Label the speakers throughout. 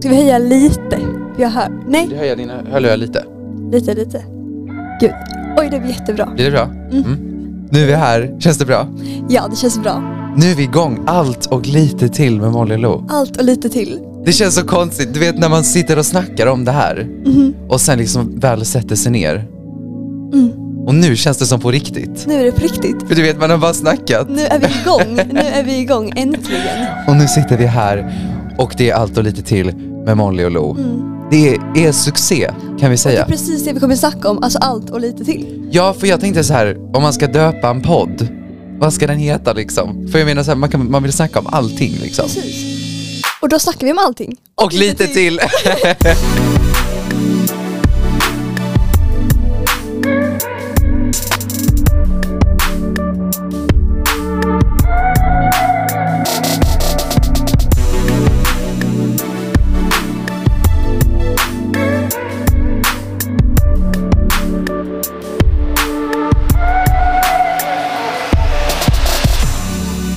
Speaker 1: Ska vi höja lite? Jag hör. Nej,
Speaker 2: Du höjer din hörlurar lite.
Speaker 1: lite, lite. Gud. Oj, det blir jättebra.
Speaker 2: Blir det bra?
Speaker 1: Mm.
Speaker 2: Nu är vi här. Känns det bra?
Speaker 1: Ja, det känns bra.
Speaker 2: Nu är vi igång. Allt och lite till med Molly Lo.
Speaker 1: Allt och lite till.
Speaker 2: Det känns så konstigt. Du vet när man sitter och snackar om det här
Speaker 1: Mhm.
Speaker 2: och sen liksom väl sätter sig ner.
Speaker 1: Mm.
Speaker 2: Och nu känns det som på riktigt.
Speaker 1: Nu är det på riktigt.
Speaker 2: För du vet, man har bara snackat.
Speaker 1: Nu är vi igång. Nu är vi igång, äntligen.
Speaker 2: Och nu sitter vi här och det är allt och lite till med Molly och Lo.
Speaker 1: Mm.
Speaker 2: Det är succé kan vi
Speaker 1: Och det är
Speaker 2: säga.
Speaker 1: precis det vi kommer snacka om. Alltså allt och lite till.
Speaker 2: Ja, för jag tänkte så här, om man ska döpa en podd, vad ska den heta liksom? För jag menar så här, man, kan, man vill snacka om allting liksom.
Speaker 1: Precis. Och då snackar vi om allting.
Speaker 2: Och lite till!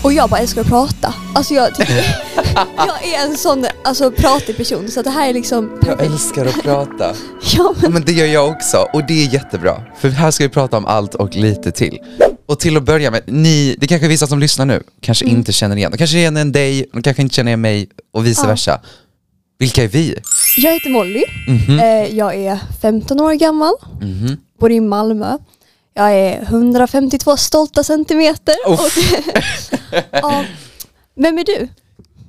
Speaker 1: Och jag bara älskar att prata. Alltså jag tycker... jag är en sån alltså, pratig person så det här är liksom
Speaker 2: Jag
Speaker 1: perfekt.
Speaker 2: älskar att prata.
Speaker 1: Ja, men
Speaker 2: Men det gör jag också och det är jättebra. För här ska vi prata om allt och lite till. Och till att börja med, ni, det kanske är vissa som lyssnar nu, kanske
Speaker 1: Mm.
Speaker 2: inte känner igen. De kanske känner igen dig, de kanske inte känner igen mig och vice
Speaker 1: Ja.
Speaker 2: versa. Vilka är vi?
Speaker 1: jag heter Molly.
Speaker 2: Mhm.
Speaker 1: Eh, Jag är 15 år gammal,
Speaker 2: Mhm.
Speaker 1: bor i Malmö. Jag är 152 stolta centimeter.
Speaker 2: Uff.
Speaker 1: ja. Vem är du?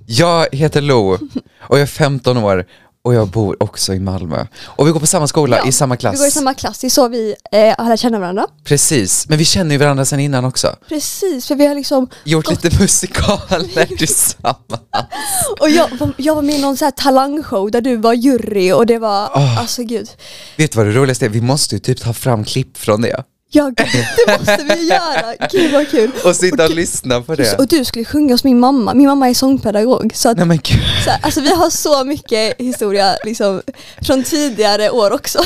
Speaker 2: Jag heter Lo och jag är 15 år och jag bor också i Malmö. Och vi går på samma skola,
Speaker 1: Ja,
Speaker 2: i samma klass.
Speaker 1: Vi går i samma klass, det är så vi eh, alla känner varandra.
Speaker 2: Precis, men vi känner ju varandra sedan innan också.
Speaker 1: Precis, för vi har liksom,
Speaker 2: Gjort lite musikaler tillsammans.
Speaker 1: och jag, var- jag var med i någon så här talangshow där du var jury och det var,
Speaker 2: Ah.
Speaker 1: alltså gud.
Speaker 2: Vet du vad det roligaste är? Vi måste ju typ ta fram klipp från det.
Speaker 1: Ja, gud, det måste vi göra, gud vad kul.
Speaker 2: Och sitta och
Speaker 1: gud-
Speaker 2: lyssna på det.
Speaker 1: Och du skulle sjunga hos min mamma, min mamma är sångpedagog så att
Speaker 2: Nej men gud.
Speaker 1: Så här, alltså vi har så mycket historia liksom, från tidigare år också.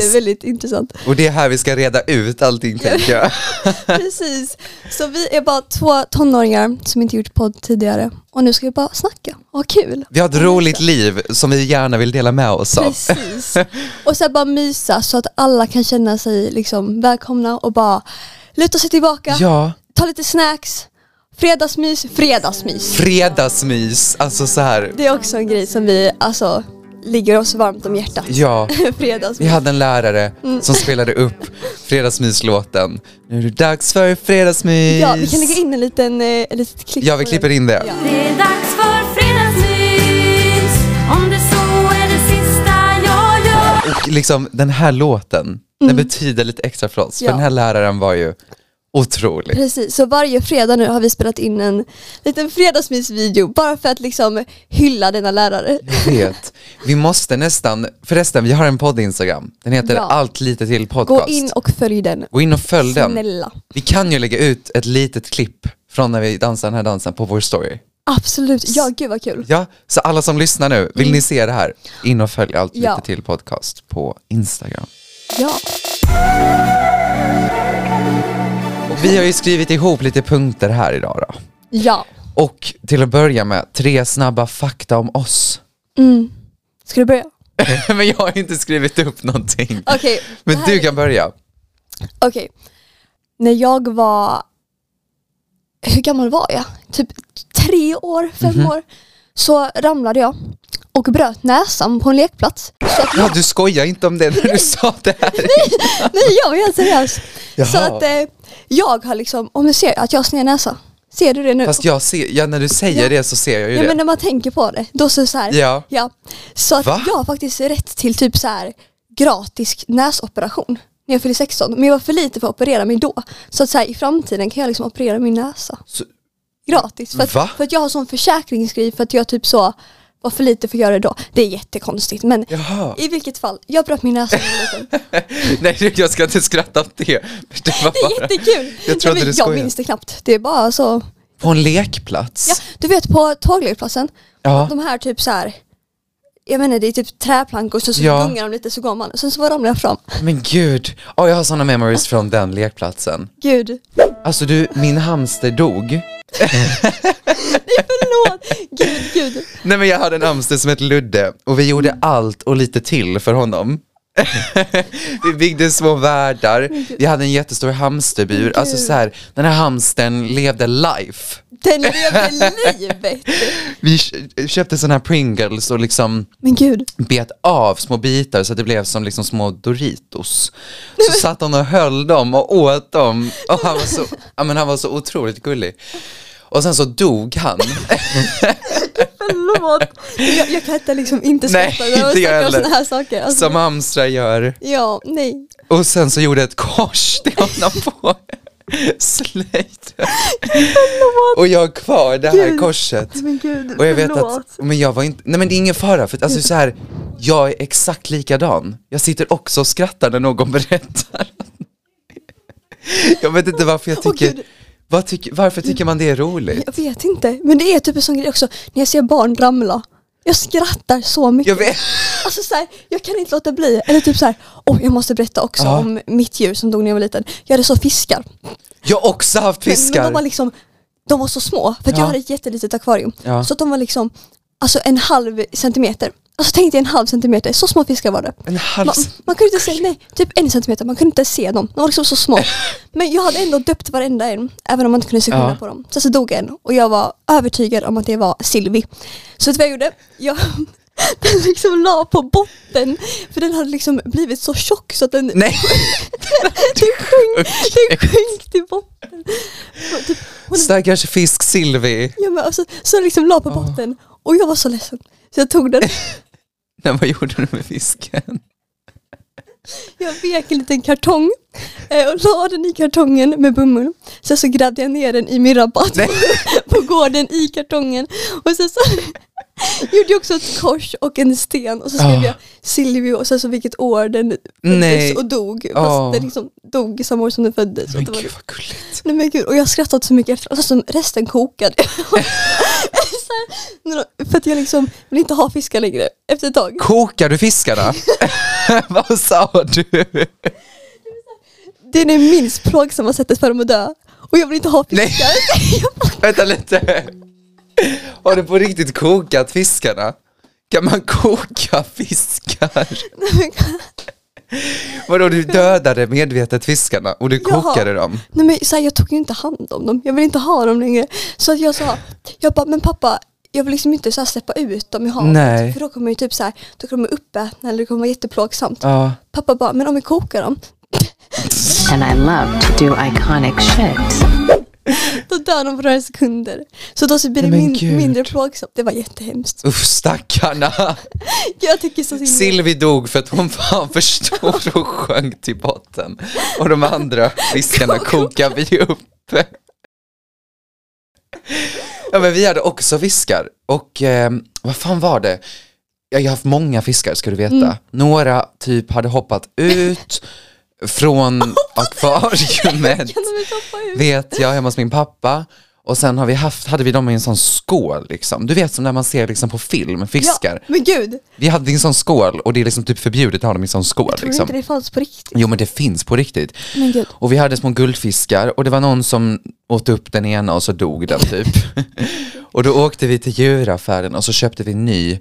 Speaker 1: Det är väldigt intressant.
Speaker 2: Och det är här vi ska reda ut allting tänker jag.
Speaker 1: Precis. Så vi är bara två tonåringar som inte gjort podd tidigare och nu ska vi bara snacka och ha kul.
Speaker 2: Vi har ett roligt liv som vi gärna vill dela med oss av.
Speaker 1: Precis. Och så här bara mysa så att alla kan känna sig liksom välkomna och bara luta sig tillbaka,
Speaker 2: Ja,
Speaker 1: ta lite snacks, fredagsmys, fredagsmys.
Speaker 2: fredagsmys, alltså så här.
Speaker 1: Det är också en grej som vi, alltså, ligger oss varmt om hjärtat.
Speaker 2: Ja, Vi
Speaker 1: Fredagsmys.
Speaker 2: hade en lärare
Speaker 1: Mm.
Speaker 2: som spelade upp fredagsmyslåten. Nu är det dags för fredagsmys.
Speaker 1: Ja, vi kan lägga in en liten, eh, ett litet klipp.
Speaker 2: Ja, vi
Speaker 1: på den.
Speaker 2: klipper in det.
Speaker 1: Ja.
Speaker 3: Det är dags för fredagsmys Om det så är det sista jag gör
Speaker 2: Och liksom den här låten, den betyder lite extra för oss.
Speaker 1: Mm. Ja.
Speaker 2: För den här läraren var ju otrolig.
Speaker 1: Precis, så varje fredag nu har vi spelat in en liten fredagsmysvideo bara för att liksom hylla denna lärare.
Speaker 2: Jag vet. Vi måste nästan, förresten vi har en podd Instagram. Den heter
Speaker 1: Ja.
Speaker 2: Allt lite till podcast.
Speaker 1: Gå in och följ den.
Speaker 2: Gå in och följ den.
Speaker 1: Snälla.
Speaker 2: Vi kan ju lägga ut ett litet klipp från när vi dansar den här dansen på vår story.
Speaker 1: Absolut, ja gud vad kul.
Speaker 2: Ja, så alla som lyssnar nu, vill ni se det här, in och följ Allt
Speaker 1: Mm. Ja.
Speaker 2: lite till podcast på Instagram.
Speaker 1: Ja.
Speaker 2: Och Vi har ju skrivit ihop lite punkter här idag då.
Speaker 1: ja.
Speaker 2: Och till att börja med, tre snabba fakta om oss.
Speaker 1: Mm. Ska du börja?
Speaker 2: Men jag har inte skrivit upp någonting.
Speaker 1: Okej. det
Speaker 2: Men
Speaker 1: Alltså, här-
Speaker 2: du kan börja.
Speaker 1: Okej. När jag var, hur gammal var jag? Typ tre år, fem
Speaker 2: Mhm.
Speaker 1: år. Så ramlade jag och bröt näsan på en lekplats. Så att
Speaker 2: Ja, du skojar inte om det när du sa det här.
Speaker 1: Nej jag var helt seriös. Så
Speaker 2: Jaha.
Speaker 1: att eh, jag har liksom, om du ser att jag har sned näsa, ser du det nu?
Speaker 2: Fast jag ser, ja, när du säger
Speaker 1: Ja.
Speaker 2: det så ser jag ju
Speaker 1: ja, men
Speaker 2: det.
Speaker 1: när man tänker på det, då så är det så här.
Speaker 2: Ja.
Speaker 1: Så att
Speaker 2: Va?
Speaker 1: jag har faktiskt rätt till typ så här gratis näsoperation när jag fyller 16. Men jag var för lite för att operera mig då. Så att så här, i framtiden kan jag liksom operera min näsa.
Speaker 2: Så-
Speaker 1: Gratis. För att,
Speaker 2: Va?
Speaker 1: för att jag har sån försäkringsgrej för att jag typ så var för lite för att göra det då. Det är jättekonstigt men
Speaker 2: Jaha.
Speaker 1: i vilket fall, jag bröt min näsa när jag var liten.
Speaker 2: Nej, jag ska inte skratta åt det. Men Det
Speaker 1: Det
Speaker 2: var
Speaker 1: är
Speaker 2: bara...
Speaker 1: jättekul!
Speaker 2: Jag trodde
Speaker 1: Nej, men
Speaker 2: du
Speaker 1: jag
Speaker 2: skojade.
Speaker 1: minns det knappt. Det är bara så.
Speaker 2: På en lekplats?
Speaker 1: Ja, du vet på tågledplatsen,
Speaker 2: Ja.
Speaker 1: de här typ så här. Jag menar det är typ träplankor så, så
Speaker 2: Ja.
Speaker 1: gungar de lite så går man. Sen så bara ramlar jag fram.
Speaker 2: Men gud. Ja, jag har sådana memories från den lekplatsen.
Speaker 1: Gud.
Speaker 2: Alltså du, min hamster dog
Speaker 1: Förlåt! Gud, gud.
Speaker 2: Nej men jag hade en hamster som hette Ludde och vi gjorde allt och lite till för honom. vi byggde små världar, vi hade en jättestor hamsterbur, alltså så här, den här hamsten levde life.
Speaker 1: Den lever livet!
Speaker 2: Vi kö- köpte sådana här Pringles och liksom
Speaker 1: Men gud.
Speaker 2: bet av små bitar så att det blev som liksom små Doritos. Så satt hon och höll dem och åt dem och han var så, ja, men han var så otroligt gullig. Och sen så dog han.
Speaker 1: Förlåt. Jag, jag kan inte liksom inte
Speaker 2: Nej,
Speaker 1: skratta när man
Speaker 2: inte jag
Speaker 1: snackar om
Speaker 2: heller.
Speaker 1: sådana här saker. Alltså,
Speaker 2: Som hamstrar gör.
Speaker 1: Ja, nej.
Speaker 2: Och sen så gjorde jag ett kors till honom på slöjden. Och jag har kvar det här
Speaker 1: Gud.
Speaker 2: korset.
Speaker 1: Men gud,
Speaker 2: Och jag vet
Speaker 1: förlåt.
Speaker 2: att, men jag var inte, nej men det är ingen fara för att alltså så här, jag är exakt likadan. Jag sitter också och skrattar när någon berättar. Jag vet inte varför jag
Speaker 1: Åh,
Speaker 2: tycker,
Speaker 1: Gud.
Speaker 2: vad tycker varför tycker man det är roligt?
Speaker 1: Jag vet inte, men det är typ en sån grej också, när jag ser barn ramla. Jag skrattar så mycket.
Speaker 2: Jag vet,
Speaker 1: Alltså så här, jag kan inte låta bli. Eller typ så här, oh, jag måste berätta också
Speaker 2: Ja.
Speaker 1: om mitt djur som dog när jag var liten. Jag hade så fiskar.
Speaker 2: jag har också haft
Speaker 1: Men- Men de var
Speaker 2: fiskar.
Speaker 1: liksom, de var så små, för att
Speaker 2: Ja.
Speaker 1: jag hade ett jättelitet akvarium.
Speaker 2: Ja.
Speaker 1: Så att de var liksom, alltså en halv centimeter. Alltså tänk dig en halv centimeter, så små fiskar var det.
Speaker 2: En halv
Speaker 1: Man, man kunde inte se, nej, typ en centimeter, man kunde inte se dem. De var liksom så små. Men jag hade ändå döpt varenda en, även om man inte kunde se skillnad
Speaker 2: Ja.
Speaker 1: på dem. Sen så dog en och jag var övertygad om att det var Silvi. Så vet du vad jag gjorde? Jag den liksom la på botten, för den hade liksom blivit så tjock så att den, den,
Speaker 2: Nej,
Speaker 1: sjönk, den sjönk till botten. Och Typ, hon,
Speaker 2: stackars fisk Silvi.
Speaker 1: ja, men alltså, så den liksom
Speaker 2: Ah.
Speaker 1: la på botten och jag var så ledsen. Så jag tog den,
Speaker 2: Nej, vad gjorde du med fisken?
Speaker 1: Jag vek en liten kartong eh, och la den i kartongen med bomull. Sen så grävde jag ner den i min rabatt på gården i kartongen. Och sen så gjorde jag också ett kors och en sten och så skrev
Speaker 2: Ah.
Speaker 1: jag Silvio och sen så vilket år den
Speaker 2: Nej.
Speaker 1: föddes och dog. Fast
Speaker 2: Ah.
Speaker 1: den liksom dog samma år som den föddes. Och
Speaker 2: Men
Speaker 1: det var
Speaker 2: gud vad gulligt.
Speaker 1: Nej men gud, och jag har skrattat så mycket efter, alltså resten kokade. Så här, när de- för att jag liksom vill inte ha fiskar längre efter ett tag.
Speaker 2: Kokar du fiskarna? vad sa du?
Speaker 1: Det är det minst plågsamma sättet för dem att dö. Och jag vill inte ha
Speaker 2: Nej.
Speaker 1: fiskar. Jag-
Speaker 2: Vänta lite. Har du på riktigt kokat fiskarna? Kan man koka fiskar? Vadå, du dödade medvetet fiskarna och du
Speaker 1: Jaha.
Speaker 2: kokade dem?
Speaker 1: Nej men så här, jag tog ju inte hand om dem. Jag vill inte ha dem längre. Så att jag sa, jag bara, men pappa, jag vill liksom inte så här släppa ut dem i havet.
Speaker 2: Nej.
Speaker 1: För då kommer ju typ så här, då kommer de uppätna eller det kommer vara jätteplågsamt.
Speaker 2: Ja.
Speaker 1: Pappa bara, men om vi kokar dem,
Speaker 4: and I love to do iconic shit.
Speaker 1: då dör de på några sekunder. Så då så blir det
Speaker 2: Men
Speaker 1: min,
Speaker 2: gud.
Speaker 1: mindre plågsamt. Det var jättehemskt.
Speaker 2: Uff, stackarna.
Speaker 1: Jag tycker så synd.
Speaker 2: Silvi dog för att hon var för stor och sjönk till botten. Och de andra fiskarna kokade vi upp. Ja men vi hade också fiskar. Och eh, vad fan var det? Jag jag har haft många fiskar ska du veta. Några typ hade hoppat ut från akvariet.
Speaker 1: Kan de inte hoppa ut?
Speaker 2: vet jag hemma hos min pappa. Och sen har vi haft, hade vi dem i en sån skål liksom. Du vet som när man ser liksom på film, fiskar.
Speaker 1: Ja, men gud, tror
Speaker 2: Vi hade en sån skål och det är liksom typ förbjudet att ha dem i en sån skål.
Speaker 1: du
Speaker 2: Liksom.
Speaker 1: inte det fanns på riktigt?
Speaker 2: Jo men det finns på riktigt.
Speaker 1: Men gud.
Speaker 2: Och vi hade små guldfiskar och det var någon som åt upp den ena och så dog den typ. och då åkte vi till djuraffären och så köpte vi en ny.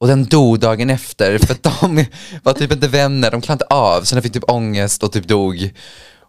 Speaker 2: Och den dog dagen efter för att de var typ inte vänner, de klarade inte av. Så den fick typ ångest och typ dog.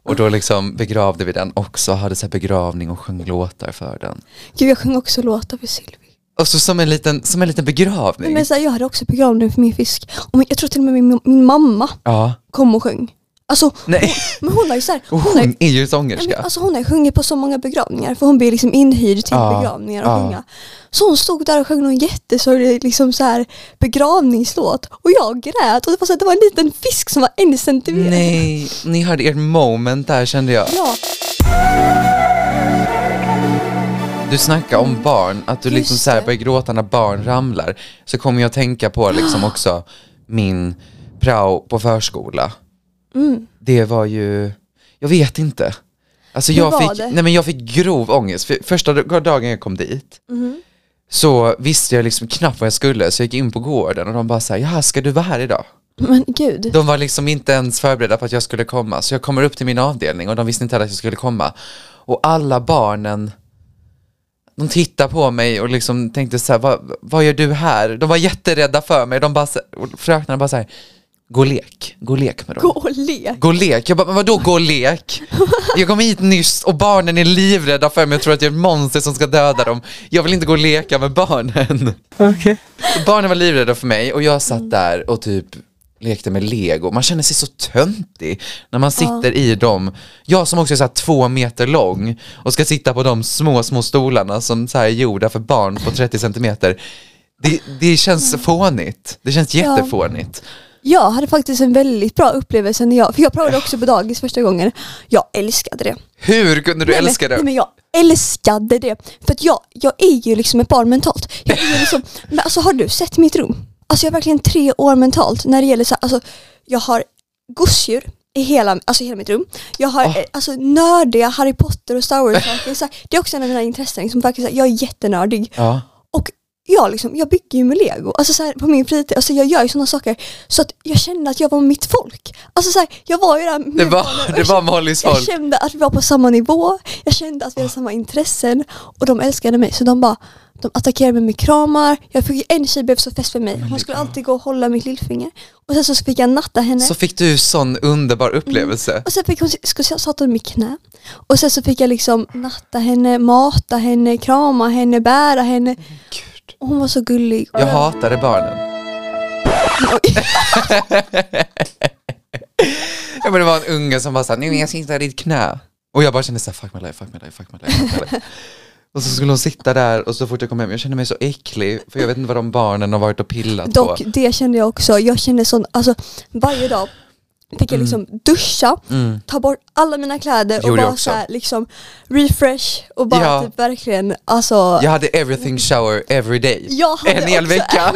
Speaker 2: Och då liksom begravde vi den också, hade så här begravning och sjöng låtar för den.
Speaker 1: Gud, jag sjöng också låtar för Silvi.
Speaker 2: Och så som en liten, som en liten begravning.
Speaker 1: Men så här, jag hade också begravning för min fisk. Och min, jag tror till och med min, min mamma
Speaker 2: Ja,
Speaker 1: kom och sjöng. Alltså,
Speaker 2: nej.
Speaker 1: men hon har ju så här,
Speaker 2: Och
Speaker 1: hon, har,
Speaker 2: hon
Speaker 1: ju-
Speaker 2: är ju
Speaker 1: Nej, men
Speaker 2: sångerska.
Speaker 1: alltså hon har ju sjungit på så många begravningar för hon blir liksom inhyrd till
Speaker 2: Ja,
Speaker 1: begravningar och
Speaker 2: ja.
Speaker 1: sjunga. Så hon stod där och sjöng någon jättesorglig liksom så här begravningslåt och jag grät och det var, så här, det var en liten fisk som var en centimeter.
Speaker 2: Nej, ni hade ert moment där kände jag.
Speaker 1: Ja,
Speaker 2: Du snackar om barn, att du
Speaker 1: Just
Speaker 2: liksom så här
Speaker 1: det.
Speaker 2: börjar gråta när barn ramlar. Så kommer jag att tänka på liksom
Speaker 1: Ah.
Speaker 2: också min prao på förskola.
Speaker 1: Mm.
Speaker 2: Det var ju, jag vet inte. Alltså
Speaker 1: Hur
Speaker 2: jag
Speaker 1: var
Speaker 2: fick,
Speaker 1: det?
Speaker 2: nej men jag fick grov ångest. För första d- dagen jag kom dit
Speaker 1: Mm-hmm.
Speaker 2: så visste jag liksom knappt vad jag skulle. Så jag gick in på gården och de bara så här, jaha ska du vara här idag?
Speaker 1: men gud.
Speaker 2: De var liksom inte ens förberedda på att jag skulle komma. Så jag kommer upp till min avdelning och de visste inte heller att jag skulle komma. Och alla barnen de tittade på mig och liksom tänkte så här, vad, vad gör du här? De var jätterädda för mig. De bara, så- och fröknarna bara så här, gå och lek, gå och lek med dem.
Speaker 1: Gå och lek.
Speaker 2: Gå och lek? Jag bara, men vadå gå och lek? Jag kom hit nyss och barnen är livrädda för mig och tror att jag är ett monster som ska döda dem. Jag vill inte gå och leka med barnen. Så Barnen var livrädda för mig och jag satt där och typ lekte med lego. Man känner sig så töntig när man sitter i dem. Jag som också är så här två meter lång och ska sitta på de små, små stolarna som så här är gjorda för barn på 30 centimeter. Det, det känns fånigt. Det känns
Speaker 1: Ja.
Speaker 2: jättefånigt.
Speaker 1: Jag hade faktiskt en väldigt bra upplevelse när jag, för jag provade också på dagis första gången. Jag älskade det.
Speaker 2: Hur kunde du
Speaker 1: Nej, men-
Speaker 2: älska det?
Speaker 1: Nej, men jag älskade det. För att jag, jag är ju liksom ett barn mentalt. Jag är ju liksom, men alltså har du sett mitt rum? Alltså jag är verkligen tre år mentalt när det gäller så här, alltså jag har gosedjur i hela, alltså i hela mitt rum. Jag har
Speaker 2: Ah.
Speaker 1: eh, alltså, nördiga Harry Potter och Star Wars-saker. Så här, det är också en av mina intressen. Liksom, verkligen, så här, jag är jättenördig.
Speaker 2: Ja.
Speaker 1: Och jag, liksom, jag bygger ju med lego, alltså så här, på min fritid, alltså jag gör ju sådana saker så att jag kände att jag var mitt folk. Alltså så här, jag var ju där med
Speaker 2: Det var,
Speaker 1: barnen och
Speaker 2: det
Speaker 1: jag
Speaker 2: var Mollys
Speaker 1: jag
Speaker 2: folk.
Speaker 1: kände att vi var på samma nivå, jag kände att vi hade samma intressen och de älskade mig så de bara de attackerade mig med kramar, jag fick en tjej blev så fäst för mig, hon skulle alltid gå och hålla mitt lillfinger och sen så fick jag natta henne
Speaker 2: Så fick du sån underbar
Speaker 1: Mm.
Speaker 2: upplevelse.
Speaker 1: och sen fick hon, skulle jag satt hon i mitt knä och sen så fick jag liksom natta henne, mata henne, krama henne, bära henne
Speaker 2: Gud.
Speaker 1: och hon var så gullig.
Speaker 2: Jag hatade barnen. Ja, men det var en unge som bara såhär, nu jag ska sitta i ditt knä. Och jag bara kände såhär, fuck my life, fuck my life, fuck my life. Fuck my life. och så skulle hon sitta där och så fort jag kom hem, jag kände mig så äcklig för jag vet inte vad de barnen har varit och pillat
Speaker 1: Dock,
Speaker 2: på.
Speaker 1: det kände jag också. Jag kände sån, alltså varje dag fick jag liksom duscha,
Speaker 2: Mm.
Speaker 1: ta bort alla mina kläder och
Speaker 2: Gjorde jag
Speaker 1: bara
Speaker 2: också.
Speaker 1: så här, liksom refresh och bara
Speaker 2: Ja.
Speaker 1: typ verkligen alltså
Speaker 2: Jag hade everything shower every day.
Speaker 1: Jag hade
Speaker 2: en hel
Speaker 1: också-
Speaker 2: vecka.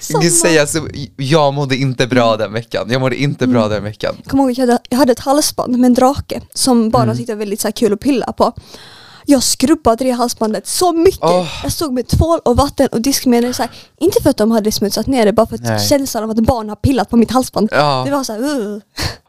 Speaker 1: samma-
Speaker 2: Ni säger så, jag mådde inte
Speaker 1: Mm.
Speaker 2: bra den veckan. Jag mådde inte bra den veckan.
Speaker 1: Jag kommer ihåg att jag hade, jag hade ett halsband med en drake som barnen
Speaker 2: Mm.
Speaker 1: tyckte var väldigt så här, kul att pilla på. Jag skrubbade det halsbandet så mycket.
Speaker 2: Åh.
Speaker 1: Jag stod med tvål och vatten och diskmedel. Så här, inte för att de hade smutsat ner det, bara för att
Speaker 2: Nej.
Speaker 1: känslan av att barn har pillat på mitt halsband.
Speaker 2: Ja.
Speaker 1: Det var så här, uh.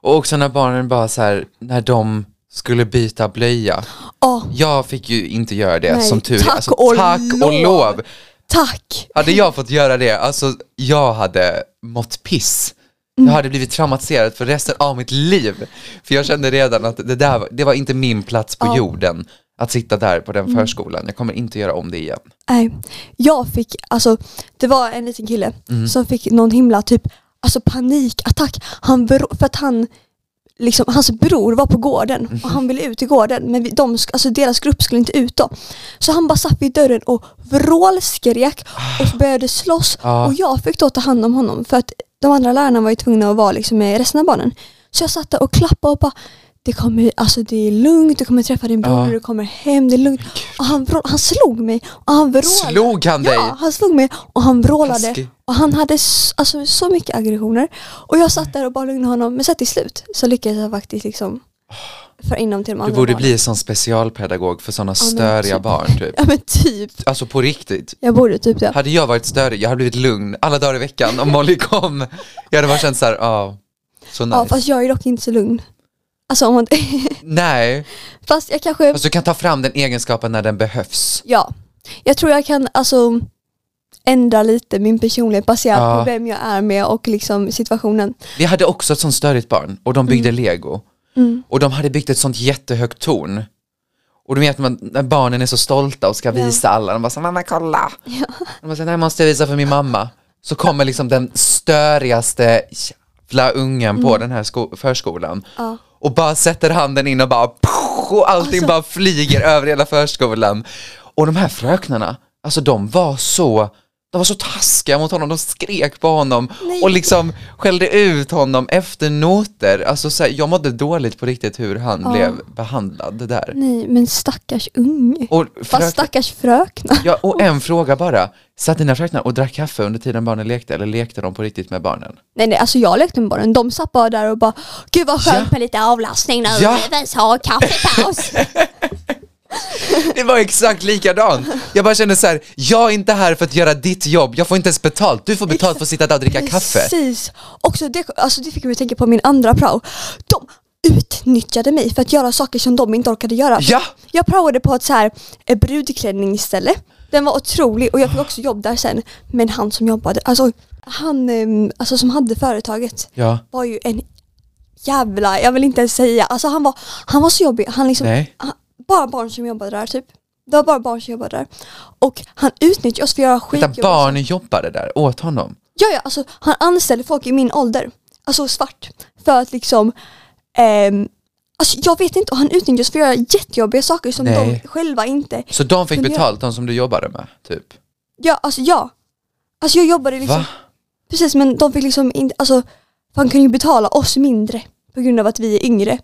Speaker 2: Och också när barnen bara så här, när de skulle byta blöja.
Speaker 1: Ja,
Speaker 2: Jag fick ju inte göra det
Speaker 1: Nej,
Speaker 2: som tur alltså,
Speaker 1: tack och
Speaker 2: tack och
Speaker 1: lov.
Speaker 2: lov.
Speaker 1: tack!
Speaker 2: Hade jag fått göra det, alltså jag hade mått piss. Jag hade blivit traumatiserad för resten av mitt liv. För jag kände redan att det där var- det var inte min plats på
Speaker 1: Ja. Mm.
Speaker 2: jorden. Att sitta där på den förskolan. Jag kommer inte göra om det igen.
Speaker 1: Nej, jag fick, alltså det var en liten kille som fick någon himla typ alltså panikattack. Han, bero- för att han, liksom, hans bror var på gården och han ville ut i gården men vi, de, sk- alltså, deras grupp skulle inte ut då. Så han bara satt vid dörren och vrålskrek och började slåss
Speaker 2: Ja.
Speaker 1: och jag fick då ta hand om honom för att de andra lärarna var ju tvungna att vara liksom, med resten av barnen. Så jag satt där och klappade och bara det, kommer, alltså det är lugnt, du kommer träffa din bror
Speaker 2: Ja.
Speaker 1: när du kommer hem, det är lugnt. Och han, vrå- han slog mig och han vrålade.
Speaker 2: Slog han dig?
Speaker 1: Ja, han slog mig och han vrålade.
Speaker 2: Taskig.
Speaker 1: Och han hade s- alltså, så mycket aggressioner. Och jag satt där och bara lugnade honom. Men sen till slut så lyckades jag faktiskt liksom föra in dem till de
Speaker 2: Du
Speaker 1: andra
Speaker 2: borde
Speaker 1: barnen.
Speaker 2: bli som specialpedagog för sådana
Speaker 1: men
Speaker 2: störiga
Speaker 1: typ.
Speaker 2: barn typ.
Speaker 1: Ja men typ.
Speaker 2: Alltså på riktigt.
Speaker 1: Jag borde typ det.
Speaker 2: Hade jag varit störig, jag hade blivit lugn alla dagar i veckan om Molly kom. Jag hade bara känt såhär, ja, så nice.
Speaker 1: Ja, fast jag är dock inte så lugn. Alltså om man...
Speaker 2: Nej,
Speaker 1: fast jag kanske...
Speaker 2: fast du kan ta fram den egenskapen när den behövs.
Speaker 1: Ja. Jag tror jag kan alltså ändra lite min personlighet baserat
Speaker 2: Ja.
Speaker 1: på vem jag är med och liksom situationen.
Speaker 2: Vi hade också ett sånt störigt barn och de byggde lego.
Speaker 1: Mm.
Speaker 2: Och de hade byggt ett sånt jättehögt torn. Och du vet man, när barnen är så stolta och ska
Speaker 1: Ja.
Speaker 2: visa alla, de bara så mamma kolla. De bara så, "Det här måste jag visa för min mamma. Så kommer liksom den störigaste jävla ungen på den här sko- förskolan.
Speaker 1: Mm. Ja.
Speaker 2: Och bara sätter handen in och bara poff, och allting
Speaker 1: Alltså.
Speaker 2: bara flyger över hela förskolan. Och de här fröknarna, alltså de var så de var så taskiga mot honom, de skrek på honom
Speaker 1: Nej.
Speaker 2: och liksom skällde ut honom efter noter. Alltså så här, jag mådde dåligt på riktigt hur han
Speaker 1: Ja.
Speaker 2: blev behandlad där.
Speaker 1: Nej, men stackars unge.
Speaker 2: Och,
Speaker 1: Fast
Speaker 2: fröken-
Speaker 1: stackars fröknar.
Speaker 2: ja, och en fråga bara, satt dina fröknar och drack kaffe under tiden barnen lekte eller lekte de på riktigt med barnen?
Speaker 1: Nej nej, alltså jag lekte med barnen. De satt bara där och bara Gud vad skönt
Speaker 2: Ja.
Speaker 1: med lite avlastning när
Speaker 2: Ja.
Speaker 1: vi ens har kaffepaus.
Speaker 2: Det var exakt likadant. Jag bara kände så här, jag är inte här för att göra ditt jobb, jag får inte ens betalt. Du får betalt för att sitta där och dricka kaffe.
Speaker 1: Precis. Också det, alltså det fick mig att tänka på min andra prao. De, utnyttjade mig för att göra saker som de inte orkade göra.
Speaker 2: Ja!
Speaker 1: Jag praoade på ett så här eh, brudklänningsställe. Den var otrolig och jag fick också jobb där sen. Men han som jobbade, alltså han eh, alltså, som hade företaget
Speaker 2: Ja.
Speaker 1: var ju en jävla, jag vill inte ens säga, alltså han var, han var så jobbig. Han liksom,
Speaker 2: Nej.
Speaker 1: han, bara barn som jobbade där typ. Det var bara barn som jobbade där. Och han utnyttjade oss för att göra
Speaker 2: Vänta,
Speaker 1: skitjobb.
Speaker 2: barn jobbade där åt honom.
Speaker 1: Ja, ja, alltså han anställde folk i min ålder, alltså svart, för att liksom ehm, Alltså jag vet inte, och han utnyttjas för att göra jättejobbiga saker som
Speaker 2: Nej.
Speaker 1: de själva inte
Speaker 2: Så de fick
Speaker 1: Men jag-
Speaker 2: betalt, de som du jobbade med, typ?
Speaker 1: Ja, alltså ja. Alltså jag jobbade liksom,
Speaker 2: Va?
Speaker 1: precis men de fick liksom inte, alltså för han kan ju betala oss mindre på grund av att vi är yngre.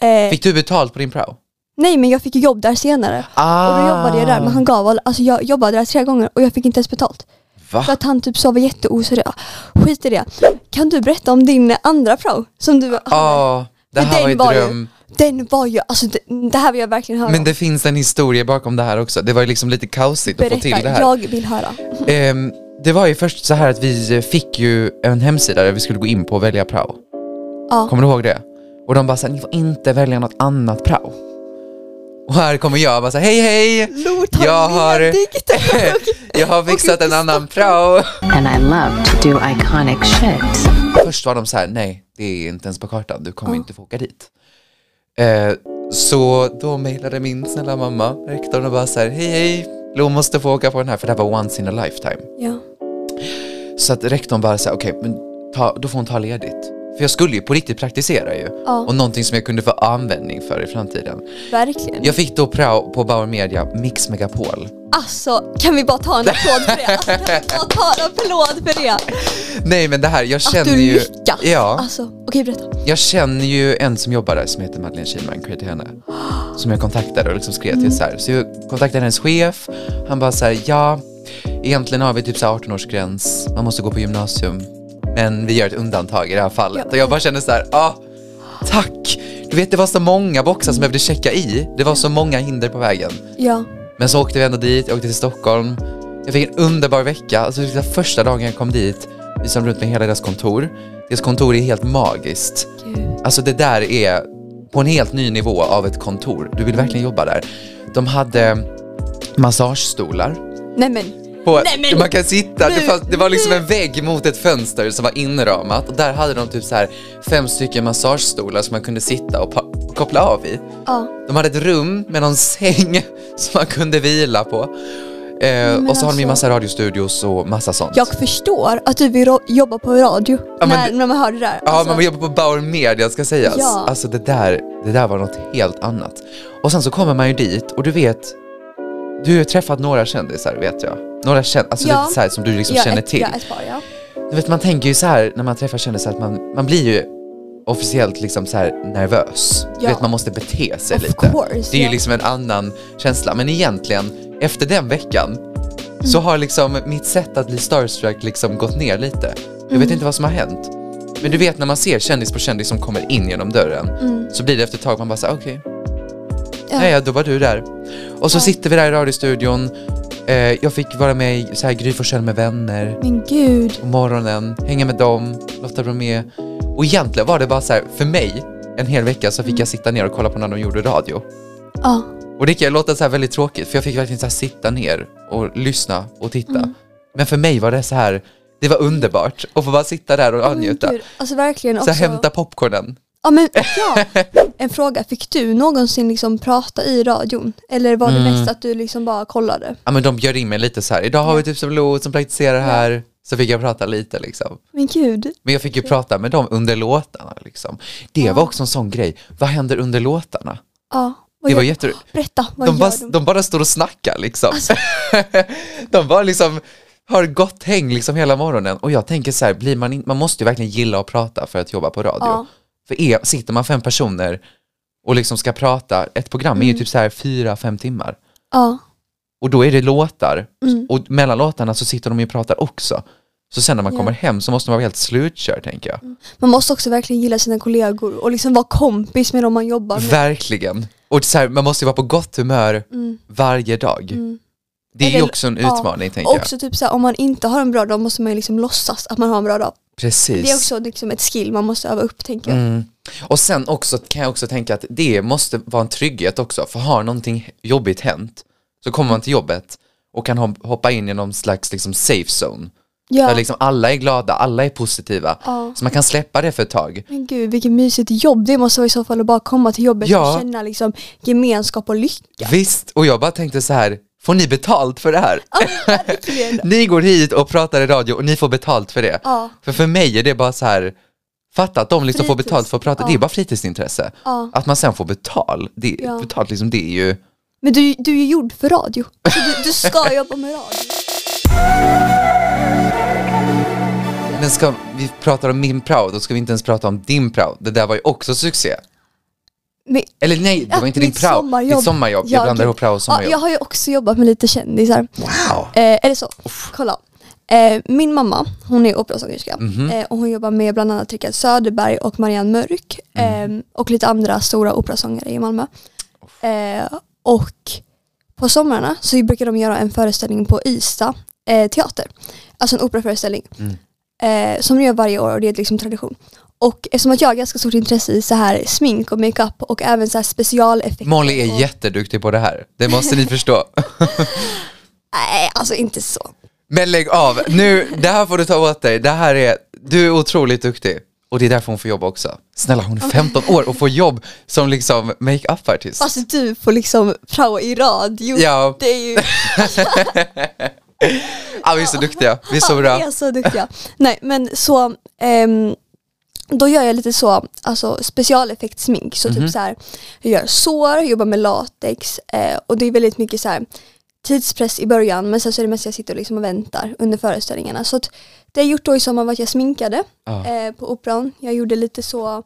Speaker 1: Eh,
Speaker 2: Fick du betalt på din prao?
Speaker 1: Nej men jag fick ju jobb där senare
Speaker 2: Ah.
Speaker 1: och då jobbade jag där men han gav all, alltså jag jobbade där tre gånger och jag fick inte ens betalt.
Speaker 2: Va?
Speaker 1: För att han typ sa var jätteoseriös. Skit i det. Kan du berätta om din andra prao? Som du,
Speaker 2: Ja, det
Speaker 1: För
Speaker 2: här
Speaker 1: den
Speaker 2: var
Speaker 1: var
Speaker 2: ju
Speaker 1: ju-
Speaker 2: dröm.
Speaker 1: Den var ju, alltså det, det här vill jag verkligen höra
Speaker 2: Men
Speaker 1: om.
Speaker 2: det finns en historia bakom det här också. Det var ju liksom lite kaosigt att få
Speaker 1: Berätta,
Speaker 2: till det här.
Speaker 1: jag vill höra.
Speaker 2: Ehm, det var ju först så här att vi fick ju en hemsida där vi skulle gå in på och välja prao.
Speaker 1: Ja.
Speaker 2: Kommer du ihåg det? Och de bara såhär, ni får inte välja något annat prao. Och här kommer jag och bara såhär, hej hej!
Speaker 1: Lot har
Speaker 2: Jag
Speaker 1: med
Speaker 2: har-
Speaker 1: dig.
Speaker 2: Jag har fixat en annan prao.
Speaker 4: And I love to do iconic shit.
Speaker 2: Först var de så här, nej det är inte ens på kartan, du kommer inte få åka dit. Eh, så då mejlade min snälla mamma rektorn och bara så här, hej hej, Lo måste få åka på den här för det här var once in a lifetime.
Speaker 1: Ja.
Speaker 2: Så att rektorn bara sa okej, men ta, då får hon ta ledigt. För jag skulle ju på riktigt praktisera ju.
Speaker 1: Ja.
Speaker 2: Och någonting som jag kunde få användning för i framtiden.
Speaker 1: Verkligen.
Speaker 2: Jag fick då prao på Bauer Media, Mix Megapol.
Speaker 1: Alltså kan vi bara ta en applåd för det? Alltså, kan vi bara ta en applåd för det?
Speaker 2: Nej men det här, jag
Speaker 1: Att
Speaker 2: känner
Speaker 1: du
Speaker 2: ju...
Speaker 1: lyckas.
Speaker 2: Ja,
Speaker 1: Alltså, okej berätta.
Speaker 2: jag känner ju en som jobbar där som heter Madeleine Kihlman, cred till henne. Som jag kontaktade och liksom skrev till så här. Så jag kontaktade hennes chef, han bara så här, ja, egentligen har vi typ så här 18-årsgräns, man måste gå på gymnasium. Men vi gör ett undantag i det här fallet. Och jag bara kände så här, ah, Tack! Du vet det var så många boxar som jag behövde checka i. Det var så många hinder på vägen.
Speaker 1: Ja.
Speaker 2: Men så åkte vi ändå dit, jag åkte till Stockholm. Jag fick en underbar vecka. Alltså det var första dagen jag kom dit, vi som runt med hela deras kontor. Deras kontor är helt magiskt.
Speaker 1: Gud.
Speaker 2: Alltså det där är på en helt ny nivå av ett kontor. Du vill verkligen jobba där. De hade massagestolar.
Speaker 1: Nej men.
Speaker 2: På,
Speaker 1: Nej, men-
Speaker 2: man kan sitta, det,
Speaker 1: Nu,
Speaker 2: fanns, det var liksom en vägg mot ett fönster som var inramat och där hade de typ så här fem stycken massagestolar som man kunde sitta och pa- koppla av i.
Speaker 1: Ja.
Speaker 2: De hade ett rum med någon säng som man kunde vila på. Eh, och så har de
Speaker 1: alltså-
Speaker 2: ju massa radiostudios och massa sånt.
Speaker 1: Jag förstår att du vill ro- jobba på radio
Speaker 2: men
Speaker 1: när,
Speaker 2: det-
Speaker 1: när man hör det där.
Speaker 2: Ja,
Speaker 1: Alltså,
Speaker 2: men vi jobbar på Bauer Media ska sägas.
Speaker 1: Ja.
Speaker 2: Alltså det där, det där var något helt annat. Och sen så kommer man ju dit och du vet, du har ju träffat några kändisar vet jag. Några kändisar, alltså
Speaker 1: Ja.
Speaker 2: lite så här som du liksom
Speaker 1: ja,
Speaker 2: känner
Speaker 1: ett,
Speaker 2: till.
Speaker 1: Ja, ett par, ja.
Speaker 2: Du vet, man tänker ju så här när man träffar kändisar att man, man blir ju officiellt liksom så här nervös. Du
Speaker 1: Ja.
Speaker 2: vet, man måste bete sig
Speaker 1: Of
Speaker 2: lite.
Speaker 1: course,
Speaker 2: det är ju
Speaker 1: ja.
Speaker 2: liksom en annan känsla. Men egentligen, efter den veckan
Speaker 1: Mm.
Speaker 2: så har liksom mitt sätt att bli starstruck liksom gått ner lite. Jag vet
Speaker 1: Mm.
Speaker 2: inte vad som har hänt. Men du vet när man ser kändis på kändis som kommer in genom dörren
Speaker 1: Mm.
Speaker 2: så blir det efter ett tag man bara säger okej,
Speaker 1: Ja.
Speaker 2: ja. ja då var du där. Och så sitter vi där i radiostudion. Eh, jag fick vara med i så här Gry Forssell med vänner
Speaker 1: Men gud.
Speaker 2: på morgonen, hänga med dem, Lotta Bromé. Och egentligen var det bara så här, för mig, en hel vecka så
Speaker 1: Mm.
Speaker 2: fick jag sitta ner och kolla på när de gjorde radio.
Speaker 1: Ja.
Speaker 2: Och det kan ju låta så här väldigt tråkigt, för jag fick verkligen så här sitta ner och lyssna och titta.
Speaker 1: Mm.
Speaker 2: Men för mig var det så här, det var underbart att få bara sitta där och
Speaker 1: Men
Speaker 2: njuta.
Speaker 1: gud, Alltså verkligen
Speaker 2: Så
Speaker 1: också.
Speaker 2: här, hämta popcornen.
Speaker 1: Ja men ja. En fråga, fick du någonsin liksom prata i radion? Eller var det
Speaker 2: Mm.
Speaker 1: mest att du liksom bara kollade?
Speaker 2: Ja men de bjöd in mig lite så här, idag har vi typ som Lot som praktiserar här. Så fick jag prata lite liksom.
Speaker 1: Men gud.
Speaker 2: Men jag fick ju prata med dem under låtarna liksom. Det var också en sån grej, vad händer under låtarna?
Speaker 1: Ja. Vad
Speaker 2: Det var
Speaker 1: gör-
Speaker 2: jätteroligt.
Speaker 1: Berätta, vad
Speaker 2: de,
Speaker 1: gör
Speaker 2: bara,
Speaker 1: de?
Speaker 2: de bara står och snackar liksom.
Speaker 1: Alltså.
Speaker 2: de bara liksom har gott häng liksom hela morgonen. Och jag tänker så här, blir man, in, man måste ju verkligen gilla att prata för att jobba på radio.
Speaker 1: Ja.
Speaker 2: För är, sitter man fem personer och liksom ska prata, ett program
Speaker 1: Mm.
Speaker 2: är ju typ så här fyra, fem timmar.
Speaker 1: Ja.
Speaker 2: Och då är det låtar.
Speaker 1: Mm.
Speaker 2: Och mellan låtarna så sitter de ju och pratar också. Så sen när man
Speaker 1: Ja. Mm.
Speaker 2: kommer hem så måste man vara helt slutkörd tänker jag.
Speaker 1: Man måste också verkligen gilla sina kollegor och liksom vara kompis med dem man jobbar med.
Speaker 2: Verkligen. Och så här, man måste ju vara på gott humör varje dag. Det är ju
Speaker 1: Mm. Eller-
Speaker 2: också en
Speaker 1: ja.
Speaker 2: utmaning tänker
Speaker 1: Och
Speaker 2: jag.
Speaker 1: också typ såhär, om man inte har en bra dag måste man ju liksom låtsas att man har en bra dag.
Speaker 2: Precis.
Speaker 1: Det är också liksom ett skill man måste öva upp tänker jag.
Speaker 2: Mm. Och sen också kan jag också tänka att det måste vara en trygghet också, för har någonting jobbigt hänt så kommer man till jobbet och kan hop- hoppa in i någon slags liksom safe zone.
Speaker 1: Ja.
Speaker 2: Där liksom alla är glada, alla är positiva.
Speaker 1: ja.
Speaker 2: Så man kan släppa det för ett tag.
Speaker 1: Men gud vilket mysigt jobb det måste vara i så fall att bara komma till jobbet
Speaker 2: Ja.
Speaker 1: och känna liksom gemenskap och lycka.
Speaker 2: Visst, och jag bara tänkte så här, får ni betalt för det här?
Speaker 1: Verkligen.
Speaker 2: Ni går hit och pratar i radio och ni får betalt för det.
Speaker 1: Ja,
Speaker 2: För för mig är det bara så här, fatta att de liksom får
Speaker 1: Fritids.
Speaker 2: betalt för att prata,
Speaker 1: Ja.
Speaker 2: det är bara fritidsintresse.
Speaker 1: ja.
Speaker 2: Att man sen får betal, det,
Speaker 1: Ja.
Speaker 2: betalt liksom, det är ju
Speaker 1: Men du, du är ju gjord för radio. Så du, du ska jobba med radio.
Speaker 2: Men ska vi prata om min prao, då ska vi inte ens prata om din prao. Det där var ju också succé.
Speaker 1: Men,
Speaker 2: Eller nej, det
Speaker 1: Ja,
Speaker 2: var inte din
Speaker 1: mitt
Speaker 2: prao.
Speaker 1: sommarjobb.
Speaker 2: Ditt sommarjobb.
Speaker 1: Ja,
Speaker 2: jag blandar
Speaker 1: gud.
Speaker 2: ihop prao och
Speaker 1: ja,
Speaker 2: sommarjobb.
Speaker 1: jag har ju också jobbat med lite kändisar.
Speaker 2: Wow.
Speaker 1: Eh, eller så, kolla. Eh, min mamma, hon är operasångerska
Speaker 2: Mhm.
Speaker 1: eh, och hon jobbar med bland annat Rickard Söderberg och Marianne Mörk
Speaker 2: Mhm.
Speaker 1: eh, och lite andra stora operasångare i Malmö. Eh, och på somrarna så brukar de göra en föreställning på Ystad eh, teater, alltså en operaföreställning
Speaker 2: Mm.
Speaker 1: eh, som de gör varje år och det är liksom tradition. Och eftersom att jag har ganska stort intresse i så här smink och makeup och även så här specialeffekter.
Speaker 2: Molly är
Speaker 1: och-
Speaker 2: jätteduktig på det här. Det måste ni förstå.
Speaker 1: Nej, alltså inte så.
Speaker 2: Men lägg av. Nu, det här får du ta åt dig. Det här är, du är otroligt duktig. Och det är därför hon får jobb också. Snälla, hon är 15 år och får jobb som liksom make-up-artist.
Speaker 1: Fast du får liksom prao i radio.
Speaker 2: Ja,
Speaker 1: Det är ju,
Speaker 2: ah, vi är så duktiga. Vi är så
Speaker 1: vi
Speaker 2: bra.
Speaker 1: är så duktiga. Nej men så, ehm, då gör jag lite så, alltså specialeffektsmink. Så
Speaker 2: Mhm.
Speaker 1: typ så här, jag gör sår, jobbar med latex eh, och det är väldigt mycket så här tidspress i början men sen så är det mest jag sitter och, liksom och väntar under föreställningarna. Så att det jag gjort då i sommar var att jag sminkade
Speaker 2: Ja.
Speaker 1: eh, på operan. Jag gjorde lite så,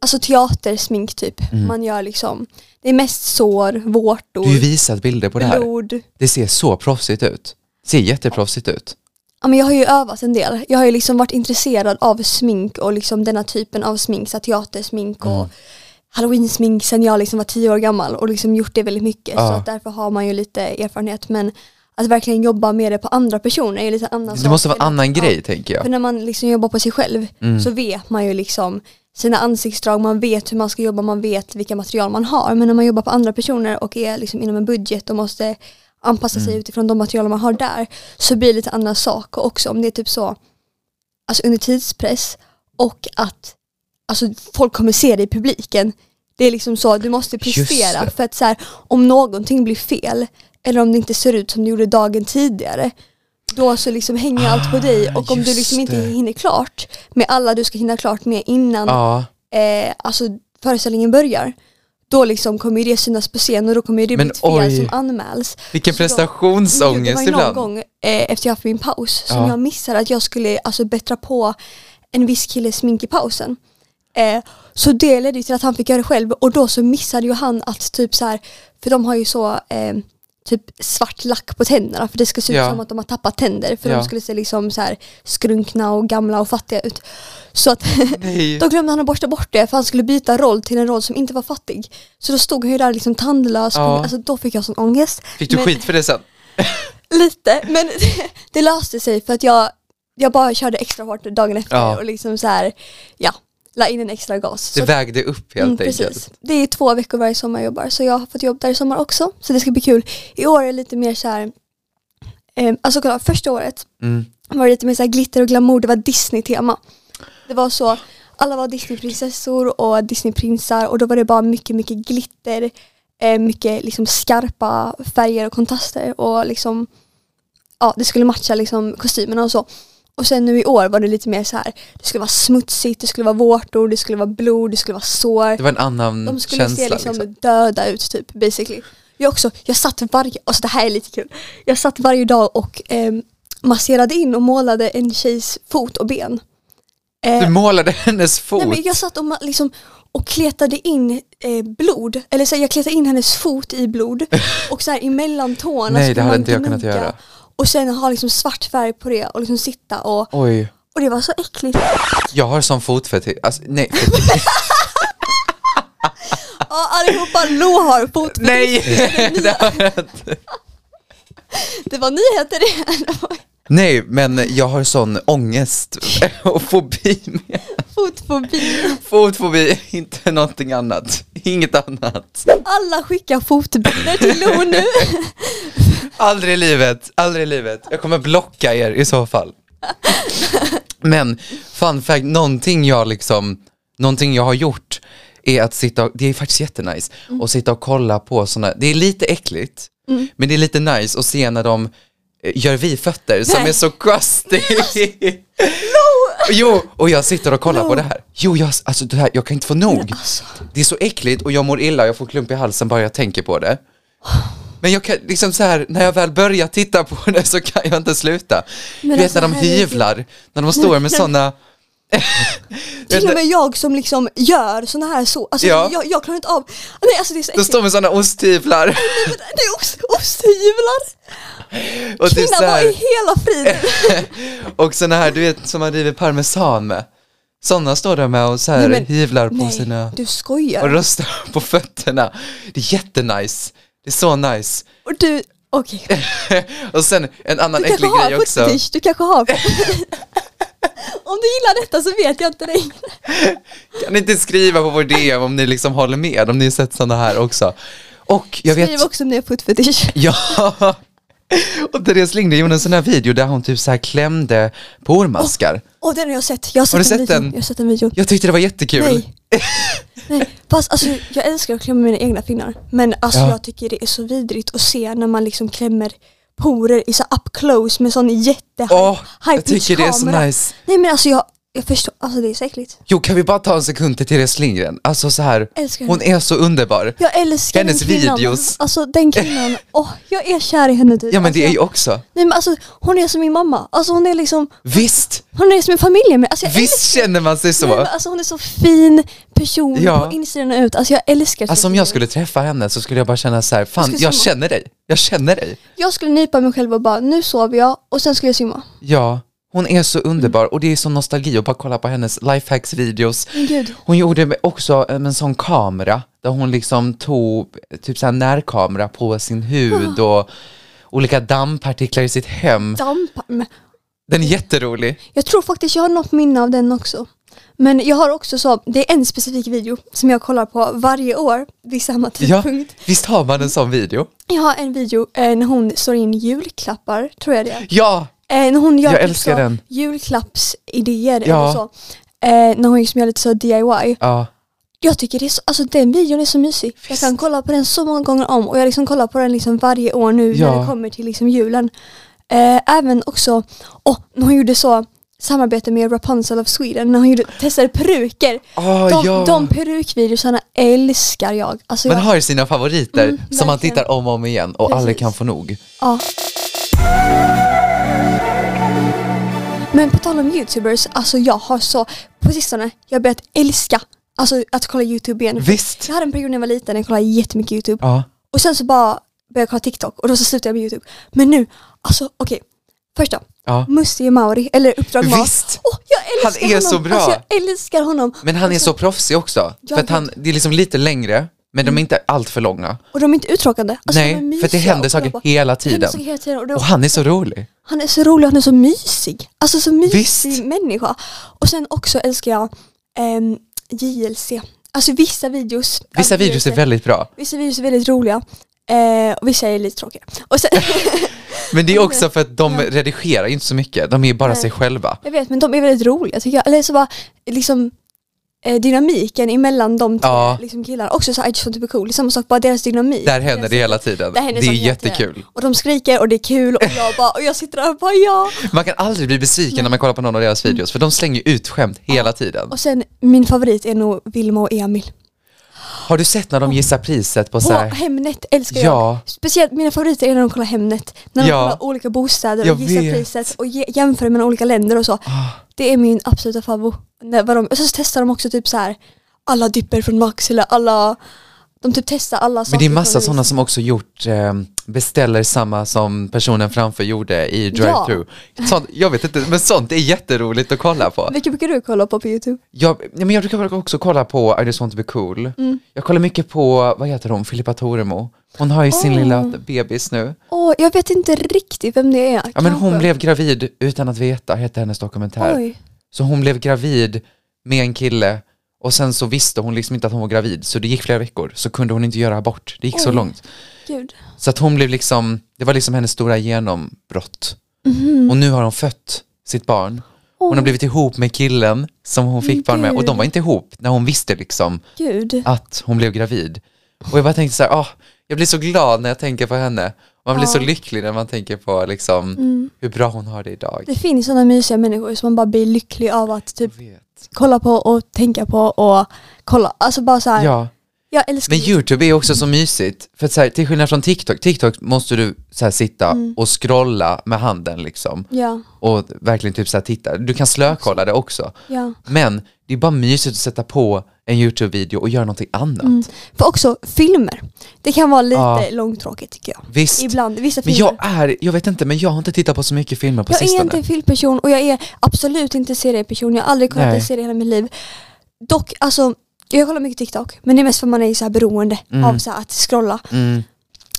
Speaker 1: alltså teatersmink typ. Man gör liksom, det är mest sår, vårtor,
Speaker 2: Mm. Du har ju visat bilder på det här.
Speaker 1: blod.
Speaker 2: Det ser så proffsigt ut. Det ser jätteproffsigt ut.
Speaker 1: Ja, men jag har ju övat en del. Jag har ju liksom varit intresserad av smink och liksom denna typen av smink, så här teatersmink
Speaker 2: Mm.
Speaker 1: och halloween-smink sen jag liksom var tio år gammal och liksom gjort det väldigt mycket. Så
Speaker 2: Ja.
Speaker 1: att därför har man ju lite erfarenhet. Men att verkligen jobba med det på andra personer Alltså, är ju lite annan
Speaker 2: Det
Speaker 1: sak
Speaker 2: måste vara en
Speaker 1: än-
Speaker 2: annan
Speaker 1: Ja.
Speaker 2: grej, tänker jag. Mm.
Speaker 1: För när man liksom jobbar på sig själv så vet man ju liksom sina ansiktsdrag, man vet hur man ska jobba, man vet vilka material man har. Men när man jobbar på andra personer och är liksom inom en budget och måste anpassa sig
Speaker 2: Mm.
Speaker 1: utifrån de material man har där så blir det lite andra saker också. Om det är typ så, alltså under tidspress och att alltså, folk kommer se dig i publiken. Det är liksom så, du måste prestera
Speaker 2: det.
Speaker 1: för att så här, om någonting blir fel eller om det inte ser ut som det gjorde dagen tidigare då så liksom hänger allt på dig
Speaker 2: Ah,
Speaker 1: och om du
Speaker 2: just
Speaker 1: liksom inte
Speaker 2: det.
Speaker 1: hinner klart med alla du ska hinna klart med innan
Speaker 2: Ja.
Speaker 1: eh, alltså föreställningen börjar då liksom kommer ju det synas på scen och då kommer ju det
Speaker 2: Men
Speaker 1: bli ett fel
Speaker 2: oj.
Speaker 1: som anmäls.
Speaker 2: Vilken
Speaker 1: Så då- det var
Speaker 2: prestationsångest
Speaker 1: ju någon
Speaker 2: ibland.
Speaker 1: gång eh, efter jag haft min paus som
Speaker 2: Ja.
Speaker 1: jag missade att jag skulle alltså bättra på en viss killes smink i pausen. Eh, så det ledde ju till att han fick göra det själv och då så missade ju han att typ så här, för de har ju så eh, typ svart lack på tänderna för det ska se ut
Speaker 2: Ja.
Speaker 1: som att de har tappat tänder för
Speaker 2: Ja.
Speaker 1: de skulle se liksom så här skrunkna och gamla och fattiga ut. Så att
Speaker 2: Nej.
Speaker 1: Då glömde han att borsta bort det för han skulle byta roll till en roll som inte var fattig. Så då stod han ju där liksom tandlös,
Speaker 2: Ja.
Speaker 1: alltså då fick jag sån ångest.
Speaker 2: Fick du
Speaker 1: Men-
Speaker 2: skit för det sen?
Speaker 1: Lite, men det löste sig för att jag, jag bara körde extra hårt dagen efter
Speaker 2: Ja.
Speaker 1: och liksom så här, ja, la in en extra gas.
Speaker 2: Det
Speaker 1: Så,
Speaker 2: vägde upp helt
Speaker 1: mm,
Speaker 2: enkelt.
Speaker 1: precis. Det är två veckor varje sommar jag jobbar så jag har fått jobb där i sommar också. Så det ska bli kul. I år är det lite mer så här, eh, alltså kolla första året
Speaker 2: Mm.
Speaker 1: var det lite mer så här glitter och glamour, det var Disney-tema. Det var så, alla var Disneyprinsessor och Disneyprinsar och då var det bara mycket, mycket glitter, eh, mycket liksom skarpa färger och kontraster och liksom, ja det skulle matcha liksom kostymerna och så. Och sen nu i år var det lite mer så här, det skulle vara smutsigt, det skulle vara vårtor, det skulle vara blod, det skulle vara sår.
Speaker 2: Det var en annan
Speaker 1: De skulle
Speaker 2: känsla.
Speaker 1: se liksom,
Speaker 2: liksom.
Speaker 1: döda ut typ basically. Jag också, jag satt varje, alltså det här är lite kul. Jag satt varje dag och ehm, masserade in och målade en tjejs fot och ben. Eh,
Speaker 2: Du målade hennes fot.
Speaker 1: nej, men jag satt och ma- liksom och kletade in eh, blod, eller så här, jag kletade in hennes fot i blod och så här emellan tårna
Speaker 2: Nej,
Speaker 1: skulle
Speaker 2: det hade
Speaker 1: man
Speaker 2: inte jag kunnat
Speaker 1: gnugga.
Speaker 2: göra.
Speaker 1: Och sen ha liksom svart färg på det och liksom sitta och,
Speaker 2: Oj,
Speaker 1: och det var så äckligt.
Speaker 2: jag har sån fotfetisch. Alltså, nej,
Speaker 1: Ja allihopa, Lo har fot.
Speaker 2: nej.
Speaker 1: Det var nyheter det.
Speaker 2: Nej, men jag har sån ångest och fobi med
Speaker 1: Fotfobi.
Speaker 2: fotfobi, inte någonting annat. Inget annat.
Speaker 1: Alla skickar fotbilder till Lo nu.
Speaker 2: Aldrig i livet, aldrig i livet. Jag kommer blocka er i så fall. Men fun fact, någonting jag liksom, någonting jag har gjort är att sitta, och- det är faktiskt jättenice, att sitta och kolla på sådana, det är lite äckligt, men det är lite nice att se när de eh, gör vi-fötter som
Speaker 1: Nej.
Speaker 2: är så crusty. Jo, och jag sitter och kollar på det här. Jo, jag, alltså det här, jag kan inte få nog.
Speaker 1: Alltså,
Speaker 2: Det är så äckligt och jag mår illa, jag får klump i halsen bara jag tänker på det. Men jag kan, liksom så här, när jag väl börjar titta på det så kan jag inte sluta.
Speaker 1: Men
Speaker 2: du vet
Speaker 1: alltså,
Speaker 2: när de
Speaker 1: herregud.
Speaker 2: hyvlar, när de står med sådana...
Speaker 1: till och med jag som liksom gör såna här så, alltså
Speaker 2: Ja.
Speaker 1: jag, jag klarar inte av, nej alltså det är så
Speaker 2: De
Speaker 1: äckligt.
Speaker 2: står med sådana osthyvlar.
Speaker 1: Det är ost, osthyvlar!
Speaker 2: Och typ så
Speaker 1: Kvinnan var i
Speaker 2: här,
Speaker 1: hela friden.
Speaker 2: och såna här, du vet, som man river parmesan med. Sådana står de med och så här
Speaker 1: Nej, men-
Speaker 2: hyvlar på
Speaker 1: Nej,
Speaker 2: sina...
Speaker 1: du skojar.
Speaker 2: Och röstar på fötterna. Det är jättenice. Det är så nice.
Speaker 1: Och du, okej.
Speaker 2: och sen en annan
Speaker 1: Du kanske
Speaker 2: äcklig
Speaker 1: har
Speaker 2: grej också.
Speaker 1: footage, du kanske har Om du gillar detta så vet jag inte längre.
Speaker 2: Kan ni inte skriva på vår DM om ni liksom håller med, om ni har sett sådana här också. Och jag vet,
Speaker 1: Skriv också om ni har foot fetish.
Speaker 2: ja. Och Therese Lindgren gjorde en sån här video där hon typ så här klämde på ormaskar.
Speaker 1: Åh den har jag sett, jag har sett,
Speaker 2: Har du
Speaker 1: en
Speaker 2: sett
Speaker 1: video.
Speaker 2: den?
Speaker 1: Jag har sett en video.
Speaker 2: Jag tyckte det var jättekul.
Speaker 1: Nej. Nej. Fast alltså jag älskar att klämma mina egna fingrar. Men alltså
Speaker 2: Ja.
Speaker 1: jag tycker det är så vidrigt att se när man liksom klämmer porer i så här up close med sån jätte
Speaker 2: Åh,
Speaker 1: high
Speaker 2: jag tycker det är så
Speaker 1: pitch-kamera.
Speaker 2: nice.
Speaker 1: Nej men alltså jag, jag förstår, alltså det är så äckligt.
Speaker 2: Jo, kan vi bara ta en sekund till Therese Lindgren? Alltså så här,
Speaker 1: Älskar
Speaker 2: hon är så underbar.
Speaker 1: Jag älskar
Speaker 2: Hennes
Speaker 1: den kvinnan.
Speaker 2: videos.
Speaker 1: Alltså den kvinnan, åh jag är kär i henne typ.
Speaker 2: Ja, men
Speaker 1: alltså,
Speaker 2: det är ju också.
Speaker 1: Nej men alltså hon är som min mamma, alltså hon är liksom,
Speaker 2: Visst,
Speaker 1: hon är som en familj med. Alltså, jag
Speaker 2: visst känner man sig
Speaker 1: älskar, nej,
Speaker 2: så.
Speaker 1: men alltså hon är så fin person
Speaker 2: Ja.
Speaker 1: på insidan och ut, alltså jag älskar
Speaker 2: Alltså om
Speaker 1: Sofia.
Speaker 2: jag skulle träffa henne så skulle jag bara känna så här, fan,
Speaker 1: skulle
Speaker 2: jag
Speaker 1: som-
Speaker 2: känner dig. Jag känner dig.
Speaker 1: Jag skulle nypa mig själv och bara, nu sover jag och sen skulle jag simma.
Speaker 2: Ja, hon är så underbar och det är så nostalgi att bara kolla på hennes lifehacks-videos.
Speaker 1: Mm. Men gud.
Speaker 2: Hon gjorde med- också eh, en sån kamera där hon liksom tog eh, typ så här närkamera på sin
Speaker 1: Ah.
Speaker 2: hud och olika dammpartiklar i sitt hem.
Speaker 1: Dampar. Men
Speaker 2: Den är jätterolig.
Speaker 1: Jag tror faktiskt jag har något minne av den också. Men jag har också så, det är en specifik video som jag kollar på varje år vid samma
Speaker 2: Ja,
Speaker 1: tidpunkt.
Speaker 2: visst har man en sån video?
Speaker 1: Jag har en video eh, när hon slår in julklappar, tror jag det är.
Speaker 2: Ja,
Speaker 1: Eh, när hon gör
Speaker 2: Jag
Speaker 1: typ
Speaker 2: älskar
Speaker 1: så
Speaker 2: den.
Speaker 1: julklappsidéer eller
Speaker 2: Ja.
Speaker 1: så. Eh, när hon liksom gör lite så DIY.
Speaker 2: ja.
Speaker 1: Jag tycker det är så, alltså den videon är så mysig. Jag kan kolla på den så många gånger om och jag liksom kollar på den liksom varje år nu när
Speaker 2: Ja.
Speaker 1: det kommer till liksom julen. Eh, även också, åh, när hon gjorde så samarbete med Rapunzel of Sweden när hon gjorde, testade peruker.
Speaker 2: Ah,
Speaker 1: de,
Speaker 2: ja.
Speaker 1: de perukvideosarna älskar jag. Alltså
Speaker 2: Man
Speaker 1: jag
Speaker 2: har ju sina favoriter som man
Speaker 1: Mm, verkligen.
Speaker 2: tittar om och om igen och aldrig
Speaker 1: Precis. Mm.
Speaker 2: kan få nog.
Speaker 1: Ja. Men på tal om youtubers, alltså jag har så, på sistone, jag har börjat älska alltså, att kolla youtube igen.
Speaker 2: Visst?
Speaker 1: Jag hade en period när jag var liten, jag kollade jättemycket youtube.
Speaker 2: Ja.
Speaker 1: Och sen så bara började jag kolla tiktok och då så slutade jag med youtube. Men nu, alltså okej. Först då,
Speaker 2: ja.
Speaker 1: Musti Mauri, eller Uppdrag Mars.
Speaker 2: Visst.
Speaker 1: Åh, jag älskar
Speaker 2: Han är
Speaker 1: honom.
Speaker 2: så bra.
Speaker 1: Alltså, jag älskar honom.
Speaker 2: Men han är
Speaker 1: Alltså,
Speaker 2: så proffsig också.
Speaker 1: Ja,
Speaker 2: För att han, det är liksom lite längre, men de är inte allt för långa.
Speaker 1: Och de är inte uttråkande. Alltså, Mm. de är
Speaker 2: Nej, för att det
Speaker 1: mysiga
Speaker 2: händer
Speaker 1: att kolla
Speaker 2: saker
Speaker 1: på.
Speaker 2: hela
Speaker 1: Det händer
Speaker 2: tiden.
Speaker 1: saker hela tiden. Och, då,
Speaker 2: Och han är så rolig.
Speaker 1: Han är så rolig och han är så mysig. Alltså så mysig
Speaker 2: Visst.
Speaker 1: människa. Och sen också älskar jag ehm, JLC. Alltså vissa videos.
Speaker 2: Vissa
Speaker 1: av
Speaker 2: videos är
Speaker 1: JLC.
Speaker 2: väldigt bra.
Speaker 1: Vissa videos är väldigt roliga. Eh, och vissa är lite tråkiga. Och sen,
Speaker 2: Men det är också för att de
Speaker 1: Ja.
Speaker 2: redigerar inte så mycket, de är bara
Speaker 1: Nej.
Speaker 2: sig själva.
Speaker 1: jag vet men de är väldigt roliga tycker jag. Eller så bara liksom eh, dynamiken emellan de tre
Speaker 2: Ja.
Speaker 1: liksom, killarna. Också så här, I just want to be cool. Det är samma sak, bara deras dynamik.
Speaker 2: Där händer det hela tiden.
Speaker 1: Där händer
Speaker 2: Det är
Speaker 1: saker hela tiden.
Speaker 2: jättekul.
Speaker 1: Och de skriker och det är kul och jag bara, och jag sitter där och bara ja.
Speaker 2: Man kan aldrig bli besviken när man kollar på någon av deras
Speaker 1: Mm.
Speaker 2: videos, för de slänger ut skämt hela tiden.
Speaker 1: Och sen min favorit är nog Vilma och Emil.
Speaker 2: Har du sett när de gissar priset på så
Speaker 1: På
Speaker 2: här?
Speaker 1: Hemnet älskar
Speaker 2: Ja.
Speaker 1: jag. Speciellt mina favoriter är när de kollar Hemnet. När de
Speaker 2: Ja.
Speaker 1: kollar olika bostäder
Speaker 2: Jag
Speaker 1: och gissar
Speaker 2: vet. Ah.
Speaker 1: priset och ge, jämför mellan olika länder och så. Det är min absoluta favorit. De, och så testar de också typ så här alla dipper från Max eller alla De typ testar alla saker.
Speaker 2: Men det är
Speaker 1: från
Speaker 2: massa
Speaker 1: release.
Speaker 2: sådana som också gjort, eh, beställer samma som personen framför gjorde i drive-thru. Sånt, jag vet inte, men sånt är jätteroligt att kolla på.
Speaker 1: Vilka brukar du kolla på på YouTube?
Speaker 2: Jag, ja, men jag brukar också kolla på I just want to be cool.
Speaker 1: Mm.
Speaker 2: Jag kollar mycket på, vad heter hon, Filippa Toremo. Hon har ju sin
Speaker 1: Oh.
Speaker 2: lilla bebis nu.
Speaker 1: Åh, jag vet inte riktigt vem det är.
Speaker 2: Ja men hon
Speaker 1: Kanske.
Speaker 2: blev gravid utan att veta, hette hennes dokumentär.
Speaker 1: Oj.
Speaker 2: Så hon blev gravid med en kille och sen så visste hon liksom inte att hon var gravid så det gick flera veckor så kunde hon inte göra abort. Det gick så
Speaker 1: Oj.
Speaker 2: långt.
Speaker 1: Gud.
Speaker 2: Så att hon blev liksom, det var liksom hennes stora genombrott. Och nu har hon fött sitt barn. Hon har
Speaker 1: Mhm. Åh,
Speaker 2: blivit ihop med killen som hon fick barn med och de var inte ihop när hon visste liksom
Speaker 1: Gud.
Speaker 2: att hon blev gravid. Och jag bara tänkte så här, ah, jag blir så glad när jag tänker på henne. Man blir så lycklig när man tänker på liksom, hur bra hon har det idag.
Speaker 1: Mm. Det finns sådana mysiga människor som man bara blir lycklig av att typ
Speaker 2: Jag vet.
Speaker 1: kolla på och tänka på och kolla. Alltså bara såhär,
Speaker 2: Ja,
Speaker 1: jag älskar
Speaker 2: men Youtube är också så mysigt. För att så här, till skillnad från TikTok, TikTok måste du så här sitta
Speaker 1: Mm.
Speaker 2: och scrolla med handen liksom.
Speaker 1: Ja,
Speaker 2: Och verkligen typ så här titta. Du kan slökolla det också.
Speaker 1: ja.
Speaker 2: Men det är bara mysigt att sätta på en Youtube-video och göra någonting annat.
Speaker 1: För också filmer. Det kan vara lite
Speaker 2: Ja.
Speaker 1: långtråkigt tycker jag.
Speaker 2: Visst.
Speaker 1: Ibland, vissa
Speaker 2: Men
Speaker 1: filmer.
Speaker 2: jag är, jag vet inte, men jag har inte tittat på så mycket filmer på
Speaker 1: jag är
Speaker 2: sistone.
Speaker 1: inte en filmperson och jag är absolut inte serieperson. Jag har aldrig kollat
Speaker 2: Nej.
Speaker 1: en serie i hela mitt liv. Dock, alltså, jag kollar mycket TikTok. Men det är mest för att man är så här beroende av så här att scrolla.
Speaker 2: Mm.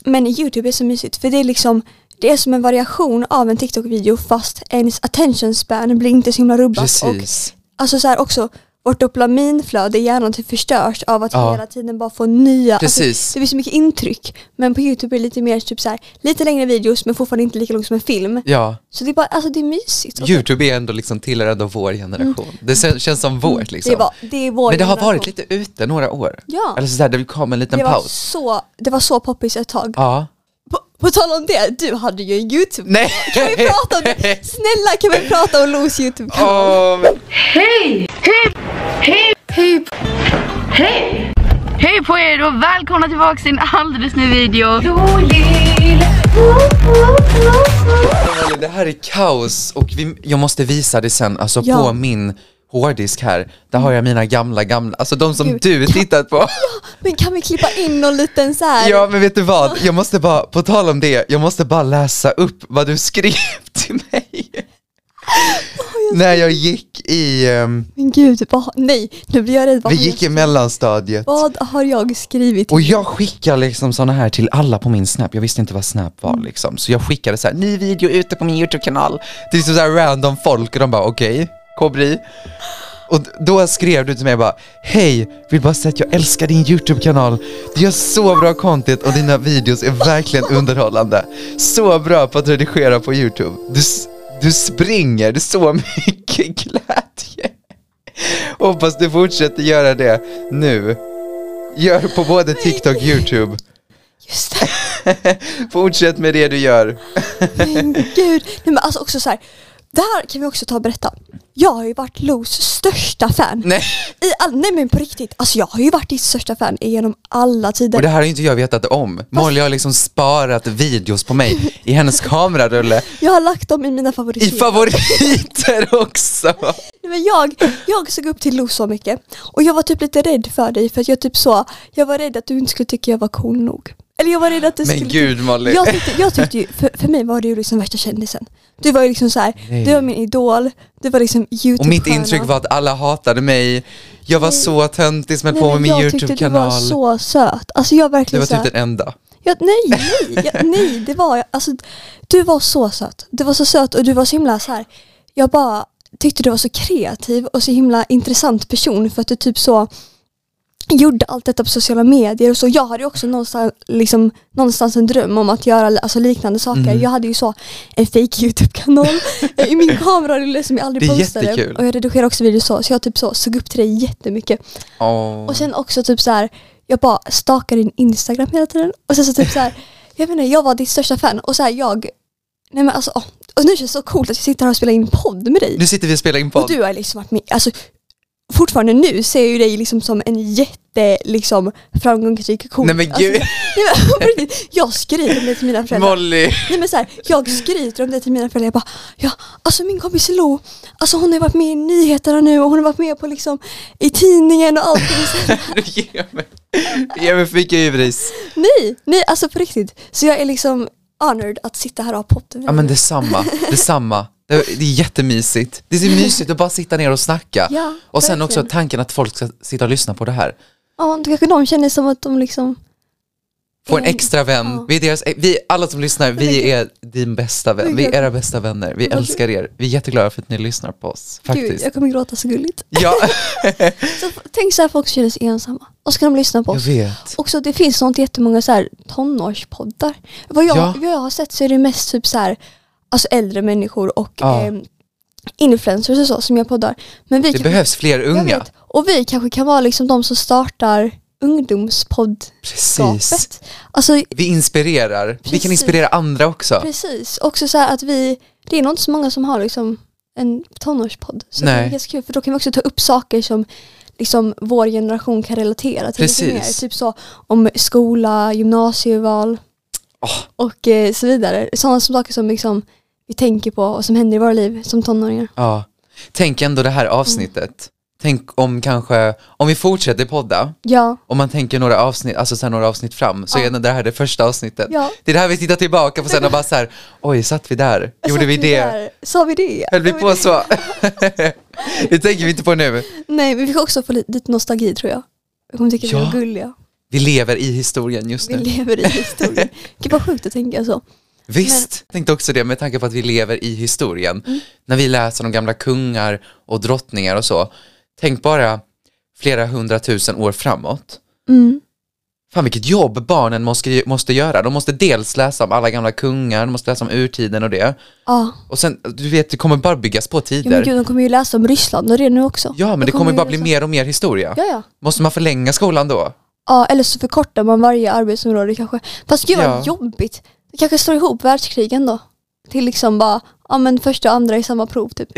Speaker 1: Men Youtube är så mysigt för det är liksom det är som en variation av en TikTok-video fast ens attention span blir inte så himla rubbat. Och
Speaker 2: Precis.
Speaker 1: alltså så här också, vårt dopaminflöde i hjärnan typ förstörs av att
Speaker 2: Ja.
Speaker 1: hela tiden bara få nya,
Speaker 2: Precis.
Speaker 1: Alltså, det blir så mycket intryck. Men på Youtube är det lite mer typ så här, lite längre videos men fortfarande inte lika långt som en film.
Speaker 2: Ja,
Speaker 1: Så det är bara, alltså det är mysigt. Och
Speaker 2: Youtube är ändå liksom tillhör ändå vår generation. Det sen- känns som vårt
Speaker 1: Mm. det,
Speaker 2: liksom.
Speaker 1: är bara, det är vår
Speaker 2: Men det har
Speaker 1: generation.
Speaker 2: varit lite ute några år.
Speaker 1: Ja.
Speaker 2: Eller så där, det kom en liten
Speaker 1: det var,
Speaker 2: paus.
Speaker 1: så, det var så poppis ett tag.
Speaker 2: Ja.
Speaker 1: På, på tal om det, du hade ju en Youtube
Speaker 2: Nej!
Speaker 1: Kan vi prata om det? Snälla kan vi prata om Los Youtube-kanal?
Speaker 2: Åh, men-
Speaker 5: Hej på er och välkomna tillbaka till en alldeles ny video.
Speaker 2: Malin, det här är kaos och vi, jag måste visa det sen, alltså
Speaker 1: Ja.
Speaker 2: på min hårddisk här. Där har jag mina gamla, gamla, alltså de som
Speaker 1: Gud.
Speaker 2: du tittat på.
Speaker 1: Men kan vi klippa in någon liten så här?
Speaker 2: Ja, men vet du vad? Jag måste bara, på tal om det, jag måste bara läsa upp vad du skrev till mig. När jag gick i, ehm,
Speaker 1: Men gud, vad, har- nej nu blir jag rädd. Vad,
Speaker 2: vi
Speaker 1: har
Speaker 2: gick i
Speaker 1: jag,
Speaker 2: mellanstadiet.
Speaker 1: vad har jag skrivit?
Speaker 2: Och jag skickar liksom sådana här till alla på min Snap, jag visste inte vad Snap var liksom. Så jag skickade så här, ny video ute på min YouTube-kanal. Till så här random folk och de bara okej, Kobri. Och då skrev du till mig bara, hej, vill bara säga att jag älskar din YouTube-kanal. Du gör så bra content och dina videos är verkligen underhållande. Så bra på att redigera på YouTube. Du, s- du springer, det är så mycket glädje. Hoppas du fortsätter göra det nu. Gör på både TikTok och YouTube.
Speaker 1: Just det,
Speaker 2: Fortsätt med det du gör.
Speaker 1: men gud. Nej men alltså också så här. Det här kan vi också ta och berätta. Jag har ju varit Los största fan.
Speaker 2: Nej.
Speaker 1: I all, nej men på riktigt, alltså jag har ju varit ditt största fan genom alla tider.
Speaker 2: Och det här har ju inte jag vetat om. Molly har liksom sparat videos på mig i hennes kamerarulle.
Speaker 1: Jag har lagt dem i mina
Speaker 2: I
Speaker 1: favoriter.
Speaker 2: favoriter också.
Speaker 1: Nej, men jag, jag såg upp till Lo så mycket och jag var typ lite rädd för dig för att jag typ så, jag var rädd att du inte skulle tycka jag var cool nog. Eller jag var rädd att du
Speaker 2: Men
Speaker 1: skulle...
Speaker 2: gud Molly.
Speaker 1: Jag tyckte, jag tyckte ju, för, för mig var du ju liksom värsta kändisen. Du var ju liksom så här,
Speaker 2: Nej.
Speaker 1: du var min idol, du var liksom youtube
Speaker 2: Och mitt intryck var att alla hatade mig. Jag var så töntig som höll på med min
Speaker 1: Jag tyckte du var
Speaker 2: YouTube-kanal.
Speaker 1: så söt. Alltså jag
Speaker 2: Det
Speaker 1: verkligen
Speaker 2: var
Speaker 1: så
Speaker 2: typ
Speaker 1: här,
Speaker 2: den enda.
Speaker 1: jag, nej, nej, jag, nej, det var jag. Alltså du var så söt. Du var så söt och du var så himla så här. jag bara tyckte du var så kreativ och så himla intressant person för att du typ så gjorde allt detta på sociala medier och så. Jag hade ju också någonstans, liksom, någonstans en dröm om att göra alltså, liknande saker.
Speaker 2: Mm.
Speaker 1: Jag hade ju så en fake YouTube-kanal i min kamerarulle som jag aldrig
Speaker 2: Det är
Speaker 1: postade.
Speaker 2: jättekul.
Speaker 1: Och jag redigerar också videos så, så jag typ så såg upp till dig jättemycket.
Speaker 2: Åh.
Speaker 1: Och sen också typ så här, jag bara stalkar din Instagram hela tiden. Och sen så typ så här, jag vet inte, jag var ditt största fan. Och så här, jag, nej men alltså, åh. och nu känns det så coolt att jag sitter här och spelar in podd med dig.
Speaker 2: Nu sitter vi och spelar in
Speaker 1: Och
Speaker 2: podd.
Speaker 1: du har liksom varit med, alltså fortfarande nu ser jag ju dig liksom som en jätte liksom, framgångsrik komiker.
Speaker 2: Nej, men gud.
Speaker 1: Alltså, nej, men, på riktigt, jag skryter om det till mina föräldrar.
Speaker 2: Molly!
Speaker 1: Nej men så här, jag skryter om det till mina föräldrar. Jag bara, ja, alltså min kompis Lo, alltså hon har ju varit med i nyheterna nu och hon har varit med på liksom i tidningen och allt.
Speaker 2: Du ger mig, du ger mig för mycket hybris.
Speaker 1: nej, nej alltså på riktigt. Så jag är liksom honored att sitta här och ha podden.
Speaker 2: Ja men detsamma, detsamma. Det är det är jättemysigt. Det är så mysigt att bara sitta ner och snacka.
Speaker 1: Ja,
Speaker 2: och sen också
Speaker 1: verkligen.
Speaker 2: tanken att folk ska sitta och lyssna på det här.
Speaker 1: Ja, då kanske de känner som att de liksom
Speaker 2: Få en
Speaker 1: Mm.
Speaker 2: extra vän.
Speaker 1: Ja.
Speaker 2: Vi, är deras, vi, alla som lyssnar, vi är din bästa vän. Vi är era bästa vänner. Vi älskar er. Vi är jätteglada för att ni lyssnar på oss.
Speaker 1: Gud,
Speaker 2: Faktiskt.
Speaker 1: jag kommer gråta så gulligt.
Speaker 2: Ja,
Speaker 1: Så f- tänk så här folk känner sig ensamma och så kan de lyssna på
Speaker 2: jag
Speaker 1: oss.
Speaker 2: vet.
Speaker 1: Också det finns sånt jättemånga så här tonårspoddar. Vad jag,
Speaker 2: Ja.
Speaker 1: vad jag har sett så är det mest typ så här, alltså äldre människor och
Speaker 2: Ja.
Speaker 1: ehm, influencers och så som jag poddar. Men vi
Speaker 2: Det behövs fler
Speaker 1: jag
Speaker 2: unga.
Speaker 1: vet. och vi kanske kan vara liksom de som startar ungdomspoddskapet.
Speaker 2: Precis.
Speaker 1: Alltså
Speaker 2: Vi inspirerar. Vi
Speaker 1: Precis.
Speaker 2: kan inspirera andra också.
Speaker 1: precis, också så här att vi, det är nog inte så många som har liksom en tonårspodd. Så
Speaker 2: Nej.
Speaker 1: det är ganska kul för då kan vi också ta upp saker som liksom vår generation kan relatera till lite mer.
Speaker 2: Precis.
Speaker 1: Typ så om skola, gymnasieval
Speaker 2: Åh.
Speaker 1: och eh, så vidare. Sådana som- saker som liksom vi tänker på och som händer i våra liv som tonåringar.
Speaker 2: Ja. Tänk ändå det här avsnittet.
Speaker 1: Mm.
Speaker 2: Tänk om kanske, om vi fortsätter podda,
Speaker 1: Ja,
Speaker 2: om man tänker några avsnitt, alltså sen några avsnitt fram, så
Speaker 1: Ja.
Speaker 2: är det här det första avsnittet.
Speaker 1: Ja.
Speaker 2: Det är det här vi tittar tillbaka på sen och bara så här, oj, satt vi där? Gjorde
Speaker 1: Satt
Speaker 2: vi det?
Speaker 1: där? Sa vi det?
Speaker 2: Höll vi
Speaker 1: Sa
Speaker 2: på
Speaker 1: det?
Speaker 2: så? det tänker vi inte på nu.
Speaker 1: Nej, men vi fick också få lite, lite nostalgi tror jag. Jag kommer tycka vi
Speaker 2: Ja.
Speaker 1: var gulliga.
Speaker 2: Vi lever i historien just
Speaker 1: Vi
Speaker 2: nu.
Speaker 1: lever i historien. Gud vad sjukt att tänka så.
Speaker 2: Visst, jag tänkte också det med tanke på att vi lever i historien.
Speaker 1: Mm.
Speaker 2: När vi läser om gamla kungar och drottningar och så. Tänk bara flera hundratusen år framåt.
Speaker 1: Mm.
Speaker 2: Fan vilket jobb barnen måste, måste göra. De måste dels läsa om alla gamla kungar, de måste läsa om urtiden och det.
Speaker 1: Ja,
Speaker 2: Och sen, du vet, det kommer bara byggas på
Speaker 1: ja
Speaker 2: tider.
Speaker 1: men gud de kommer ju läsa om Ryssland och det nu också.
Speaker 2: Ja, men
Speaker 1: De
Speaker 2: det kommer
Speaker 1: ju
Speaker 2: bara bli
Speaker 1: läsa-
Speaker 2: mer och mer historia.
Speaker 1: Ja, ja.
Speaker 2: Måste man förlänga skolan då?
Speaker 1: Ja, eller så förkortar man varje arbetsområde kanske. Fast gud vad
Speaker 2: Ja.
Speaker 1: jobbigt. Det kanske slår ihop världskrigen då. Till liksom bara, ja men första och andra i samma prov typ.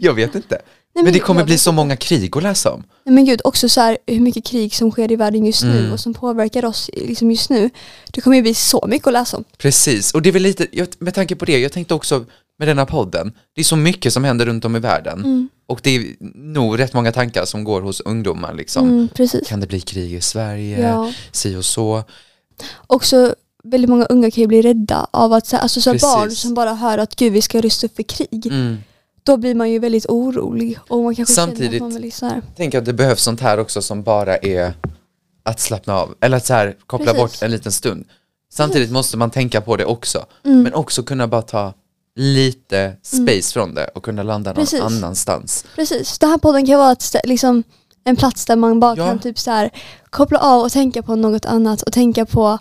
Speaker 2: Jag vet inte.
Speaker 1: men
Speaker 2: men, det
Speaker 1: jag
Speaker 2: kommer
Speaker 1: vet
Speaker 2: bli så många krig att läsa om.
Speaker 1: Nej, men gud, också så här, hur mycket krig som sker i världen just nu
Speaker 2: Mm.
Speaker 1: och som påverkar oss i- liksom just nu. Det kommer ju bli så mycket att läsa om.
Speaker 2: Precis, och det är väl lite, jag, med tanke på det, jag tänkte också med denna podden, det är så mycket som händer runt om i världen
Speaker 1: Mm.
Speaker 2: och det är nog rätt många tankar som går hos ungdomar liksom.
Speaker 1: Mm, precis.
Speaker 2: Kan det bli krig i Sverige?
Speaker 1: Ja.
Speaker 2: Si och så.
Speaker 1: också väldigt många unga kan ju bli rädda av att, så här- alltså så här
Speaker 2: Precis.
Speaker 1: barn som bara hör att gud vi ska rusta upp för krig,
Speaker 2: Mm.
Speaker 1: då blir man ju väldigt orolig och man kanske känner
Speaker 2: Samtidigt-
Speaker 1: att man vill så här.
Speaker 2: Tänk att det behövs sånt här också som bara är att slappna av, eller att så här koppla
Speaker 1: Precis.
Speaker 2: bort en liten stund. Samtidigt måste man tänka på det också,
Speaker 1: Mm.
Speaker 2: men också kunna bara ta lite space från det och kunna landa någon
Speaker 1: Precis.
Speaker 2: annanstans.
Speaker 1: Precis, den här podden kan vara ett, stä- liksom, en plats där man bara
Speaker 2: Ja.
Speaker 1: kan typ så här, koppla av och tänka på något annat och tänka på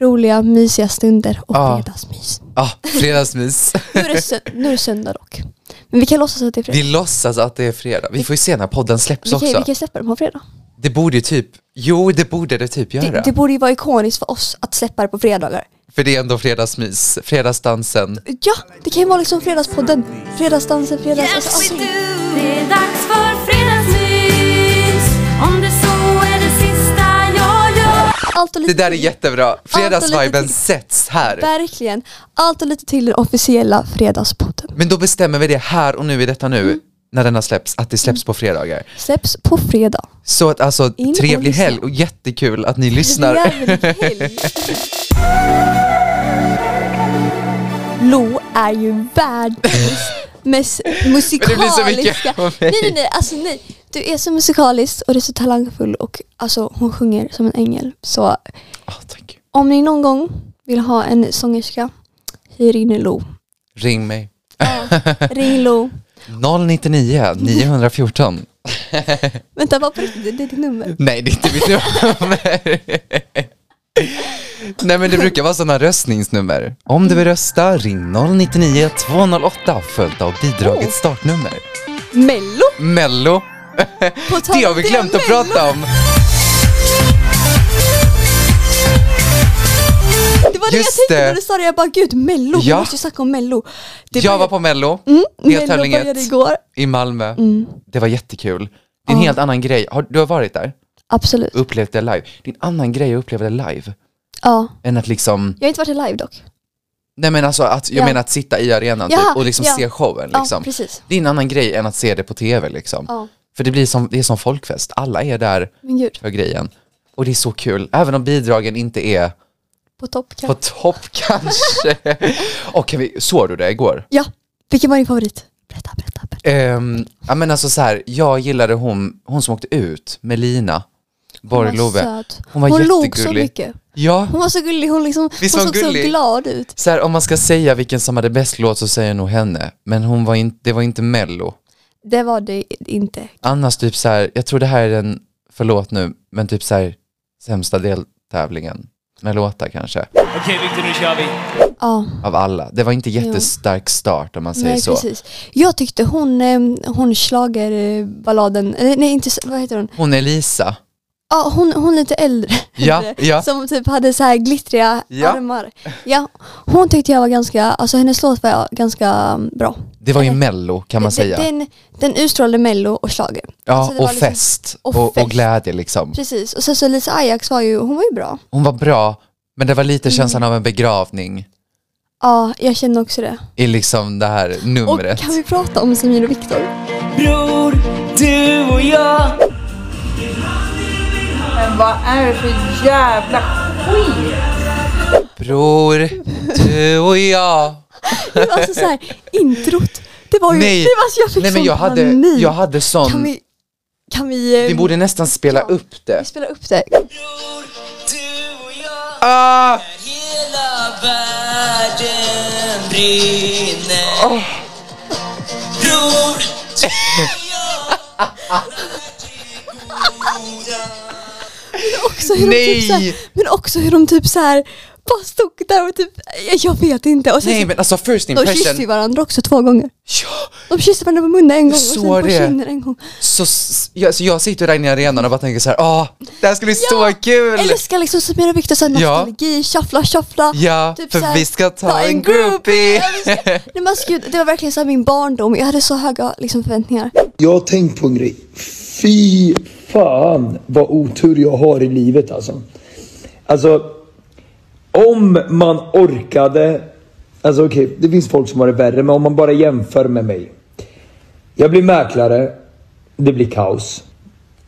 Speaker 1: roliga, mysiga stunder och
Speaker 2: Ja.
Speaker 1: fredagsmys.
Speaker 2: Ah, fredagsmys.
Speaker 1: Nu är, det sö- nu är det söndag dock. Men vi kan låtsas att det är fredag.
Speaker 2: Vi låtsas att det är fredag. Vi får ju se när podden släpps
Speaker 1: Vi kan,
Speaker 2: också.
Speaker 1: vi kan släppa dem på fredag.
Speaker 2: Det borde ju typ, jo det borde det typ göra.
Speaker 1: Det, det borde ju vara ikoniskt för oss att släppa det på fredagar.
Speaker 2: För det är ändå fredagsmys, fredagsdansen.
Speaker 1: Ja, det kan ju vara liksom fredagspodden. Fredagsdansen, fredags... alltså,
Speaker 3: Yes we
Speaker 1: allting.
Speaker 3: do! Det är dags för fredagsmys Om det så är det sista jag gör
Speaker 1: Allt och lite
Speaker 2: Det där är
Speaker 1: till.
Speaker 2: jättebra.
Speaker 1: Allt och
Speaker 2: Fredagsviben
Speaker 1: lite-
Speaker 2: sätts här.
Speaker 1: Verkligen. Allt och lite till den officiella fredagspodden.
Speaker 2: Men då bestämmer vi det här och nu i detta nu,
Speaker 1: Mm.
Speaker 2: när denna släpps, att det släpps på fredagar.
Speaker 1: Släpps på fredag.
Speaker 2: Så att alltså,
Speaker 1: In och
Speaker 2: trevlig
Speaker 1: lyssna.
Speaker 2: helg och jättekul att ni lyssnar.
Speaker 1: Jävlig helg. Lo är ju världens mest musikaliska.
Speaker 2: Men det blir så mycket av mig.
Speaker 1: nej, nej, nej, alltså nej. Du är så musikalisk och du är så talangfull och alltså hon sjunger som en ängel. Så
Speaker 2: Ah, tack.
Speaker 1: om ni någon gång vill ha en sångerska, hyr in Lo.
Speaker 2: Ring mig.
Speaker 1: Ring Lo.
Speaker 2: 099 914.
Speaker 1: Vänta, vad på riktigt? Det är ditt nummer.
Speaker 2: Nej, det är inte mitt nummer. Nej men det brukar vara sådana röstningsnummer. Om du vill rösta, ring 099 208 följt av bidragets
Speaker 1: Oh.
Speaker 2: startnummer.
Speaker 1: Mello!
Speaker 2: Mello,
Speaker 1: På tal
Speaker 2: det har
Speaker 1: om
Speaker 2: vi glömt att
Speaker 1: Mello.
Speaker 2: prata om.
Speaker 1: Det var var det
Speaker 2: Just
Speaker 1: jag tänkte
Speaker 2: det.
Speaker 1: när du sa det, jag bara gud mello,
Speaker 2: Ja.
Speaker 1: vi måste ju snacka om mello. Det
Speaker 2: Jag
Speaker 1: började-
Speaker 2: var på mello,
Speaker 1: mm, mello
Speaker 2: deltävling
Speaker 1: började
Speaker 2: ett
Speaker 1: igår.
Speaker 2: i Malmö.
Speaker 1: Mm,
Speaker 2: Det var jättekul. Det är en
Speaker 1: Ja.
Speaker 2: helt annan grej. Har, du har varit där?
Speaker 1: absolut.
Speaker 2: Upplevt det live. Det är en annan grej att uppleva det live.
Speaker 1: Ja.
Speaker 2: Än att liksom
Speaker 1: Jag har inte varit live dock.
Speaker 2: Nej men alltså, att, jag
Speaker 1: Ja.
Speaker 2: menar att sitta i arenan
Speaker 1: Jaha,
Speaker 2: typ, och liksom
Speaker 1: ja.
Speaker 2: se showen
Speaker 1: Ja,
Speaker 2: liksom.
Speaker 1: precis.
Speaker 2: det är en annan grej än att se det på tv liksom.
Speaker 1: Ja,
Speaker 2: För det blir som, det är som folkfest, alla är där
Speaker 1: men gud,
Speaker 2: för grejen. Och det är så kul, även om bidragen inte är
Speaker 1: på topp kanske.
Speaker 2: på topp kanske. och kan vi, såg du det igår?
Speaker 1: Ja, vilken var din favorit? Berätta, berätta, berätta.
Speaker 2: Ehm, ja men alltså så här, jag gillade hon, hon som åkte ut, Melina Borglove.
Speaker 1: söt.
Speaker 2: Hon var
Speaker 1: Hon log så
Speaker 2: jättegullig.
Speaker 1: mycket.
Speaker 2: Ja,
Speaker 1: Hon var så gullig, hon, liksom, hon
Speaker 2: Visst var hon
Speaker 1: såg
Speaker 2: gullig?
Speaker 1: så glad ut.
Speaker 2: så här, om man ska säga vilken som hade bäst låt så säger jag nog henne. Men hon var in, det var inte mello.
Speaker 1: Det var det inte.
Speaker 2: Annars typ så här, jag tror det här är den, förlåt nu, men typ så här sämsta deltävlingen med låtar kanske,
Speaker 6: Okej Victor, nu kör vi.
Speaker 1: Ja,
Speaker 2: av alla. Det var inte jättestark start om man säger
Speaker 1: nej
Speaker 2: så.
Speaker 1: precis. Jag tyckte hon, eh, hon schlager eh, balladen, eh, nej inte, s- vad heter hon?
Speaker 2: Hon Elisa,
Speaker 1: Ja, hon, hon är lite äldre.
Speaker 2: ja, ja.
Speaker 1: Som typ hade så här glittriga
Speaker 2: Ja.
Speaker 1: armar. Ja, hon tyckte jag var ganska, alltså hennes låt var ganska mm, bra.
Speaker 2: Det var ju mello kan man
Speaker 1: Den-
Speaker 2: säga.
Speaker 1: Den, den utstrålade mello och schlager.
Speaker 2: Ja,
Speaker 1: alltså, det
Speaker 2: och
Speaker 1: var liksom-
Speaker 2: fest
Speaker 1: och
Speaker 2: och, och
Speaker 1: fest.
Speaker 2: glädje liksom.
Speaker 1: Precis, och sen så Lisa Ajax var ju, hon var ju bra.
Speaker 2: Hon var bra, men det var lite
Speaker 1: Mm.
Speaker 2: känslan av en begravning
Speaker 1: Ja, jag känner också det.
Speaker 2: i liksom det här numret.
Speaker 1: Och kan vi prata om Samir och Viktor?
Speaker 6: Bror, du och jag.
Speaker 7: Men vad är det för jävla skit?
Speaker 2: Bror, du och jag.
Speaker 1: Det var alltså så här, introt. Det var ju,
Speaker 2: Nej.
Speaker 1: det var, alltså, jag fick
Speaker 2: Nej men
Speaker 1: sån
Speaker 2: jag hade,
Speaker 1: panik.
Speaker 2: jag hade sån,
Speaker 1: Kan vi, kan vi, eh,
Speaker 2: vi borde nästan spela upp det.
Speaker 1: vi spelar upp det?
Speaker 6: Bror, du och jag.
Speaker 2: Ah!
Speaker 6: Hela världen brinner. Bror, du och jag.
Speaker 1: Också hur de typ så här,
Speaker 2: Nej.
Speaker 1: men också hur de typ så här bara stod där och typ, jag- jag vet inte. Och sen
Speaker 2: Nej
Speaker 1: så,
Speaker 2: men alltså first
Speaker 1: de kysste ju
Speaker 2: impression,
Speaker 1: varandra också två gånger.
Speaker 2: ja,
Speaker 1: De kysste varandra på munnen en gång och sen
Speaker 2: såg
Speaker 1: på
Speaker 2: det.
Speaker 1: kinden en gång.
Speaker 2: så, s- ja, så jag sitter där inne i arenan och bara tänker så här, ah, det här skulle bli
Speaker 1: Ja,
Speaker 2: så kul!
Speaker 1: Älskar liksom Samir och Viktor såhär
Speaker 2: Ja.
Speaker 1: nostalgi, shuffla, shuffla.
Speaker 2: ja,
Speaker 1: typ
Speaker 2: för
Speaker 1: så här,
Speaker 2: vi ska ta en groupie!
Speaker 1: Ja, vi ska- Nej, men alltså, gud, det var verkligen så här min barndom, jag hade så höga liksom, förväntningar.
Speaker 8: Jag har tänkt på en grej. Fy fan vad otur jag har i livet alltså. Alltså, om man orkade... Alltså okej, det finns folk som har det värre, men om man bara jämför med mig. Jag blir mäklare. Det blir kaos.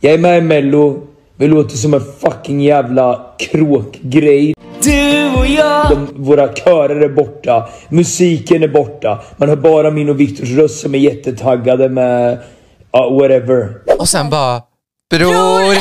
Speaker 8: Jag är med i mello. Vi låter som en fucking jävla kråkgrej.
Speaker 6: Du och jag.
Speaker 8: De, våra körer är borta, musiken är borta. Man hör bara min och Viktors röst som är jättetaggade med... Ja, whatever.
Speaker 2: Och sen bara, bror!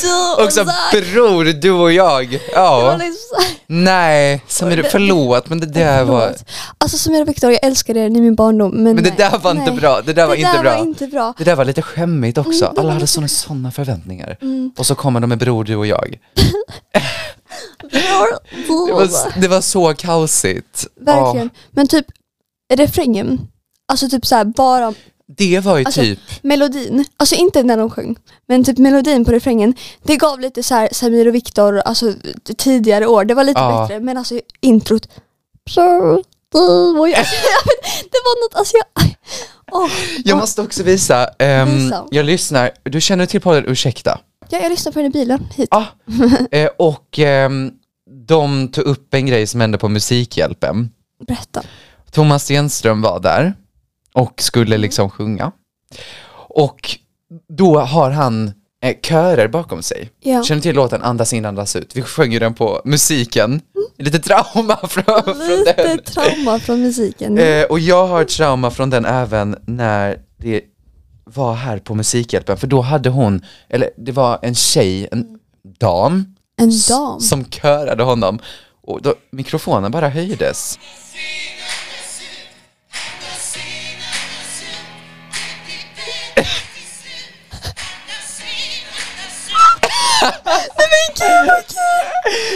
Speaker 1: Du,
Speaker 2: Och så
Speaker 1: så här-
Speaker 2: bror, du och jag.
Speaker 1: det var
Speaker 2: Ja,
Speaker 1: liksom så här-
Speaker 2: nej, Samir, förlåt men det där var,
Speaker 1: Förlåt. Alltså som jag och Viktor, jag älskar er, ni är min barndom. Men,
Speaker 2: men det
Speaker 1: nej,
Speaker 2: där var inte
Speaker 1: nej.
Speaker 2: bra, det där var
Speaker 1: det
Speaker 2: inte
Speaker 1: där
Speaker 2: bra.
Speaker 1: Var inte bra.
Speaker 2: Det där var lite skämmigt också,
Speaker 1: Mm, det
Speaker 2: alla
Speaker 1: var
Speaker 2: hade
Speaker 1: lite-
Speaker 2: såna, såna förväntningar.
Speaker 1: Mm.
Speaker 2: Och så kommer de med bror, du och jag. Det var, det var så kaosigt.
Speaker 1: Verkligen.
Speaker 2: Ja,
Speaker 1: Men typ refrängen, alltså typ så här, bara
Speaker 2: det var ju
Speaker 1: Alltså,
Speaker 2: typ,
Speaker 1: melodin, alltså inte när de sjöng, men typ melodin på refrängen, det gav lite så här Samir och Viktor, alltså t- tidigare år, det var lite
Speaker 2: Ja.
Speaker 1: bättre, men alltså introt, Så, du och jag.
Speaker 2: Äh.
Speaker 1: det var något, alltså jag, åh.
Speaker 2: jag måste också visa, ehm,
Speaker 1: Visa.
Speaker 2: jag lyssnar, du känner till podden Ursäkta?
Speaker 1: ja, jag lyssnade på den i bilen hit.
Speaker 2: Ah, eh, och ehm, de tog upp en grej som hände på Musikhjälpen.
Speaker 1: Berätta.
Speaker 2: Thomas Stenström var där och skulle
Speaker 1: Mm.
Speaker 2: liksom sjunga. Och då har han eh, körer bakom sig.
Speaker 1: Ja.
Speaker 2: Känner du till låten Andas in, andas ut? Vi sjöng ju den på musiken. Lite trauma från, från
Speaker 1: Mm. Lite
Speaker 2: den.
Speaker 1: trauma från musiken.
Speaker 2: Eh, och jag har ett trauma från den även när det var här på Musikhjälpen, för då hade hon, eller det var en tjej, en dam,
Speaker 1: en
Speaker 2: s-
Speaker 1: dam.
Speaker 2: som körade honom. Och då, mikrofonen bara höjdes.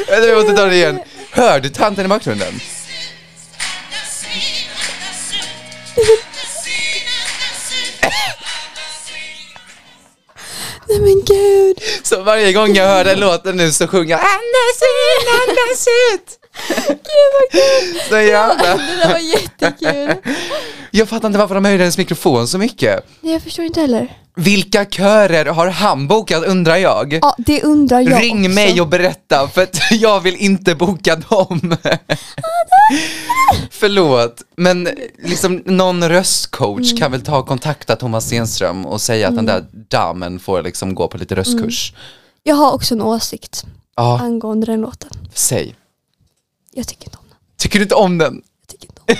Speaker 2: Vänta, vi måste ta Eh, det igen. Hör du tanten i bakgrunden?
Speaker 1: Nej men gud.
Speaker 2: Så varje gång jag hör den låten nu så sjunger jag Andas in, andas ut. Så jävla.
Speaker 1: Det där var jättekul.
Speaker 2: Jag fattar inte varför de höjer ens mikrofon så mycket.
Speaker 1: Nej, jag förstår inte heller.
Speaker 2: Vilka körer har han bokat undrar jag?
Speaker 1: Ja, det undrar jag
Speaker 2: Ring
Speaker 1: också.
Speaker 2: mig och berätta för att jag vill inte boka dem. Förlåt, men liksom någon röstcoach kan väl ta och kontakta Thomas Stenström och säga att den där dammen får liksom gå på lite röstkurs.
Speaker 1: Jag har också en åsikt
Speaker 2: Mm. Ja,
Speaker 1: angående den låten.
Speaker 2: säg.
Speaker 1: Jag tycker inte om den.
Speaker 2: Tycker du inte om den?
Speaker 1: Jag tycker inte om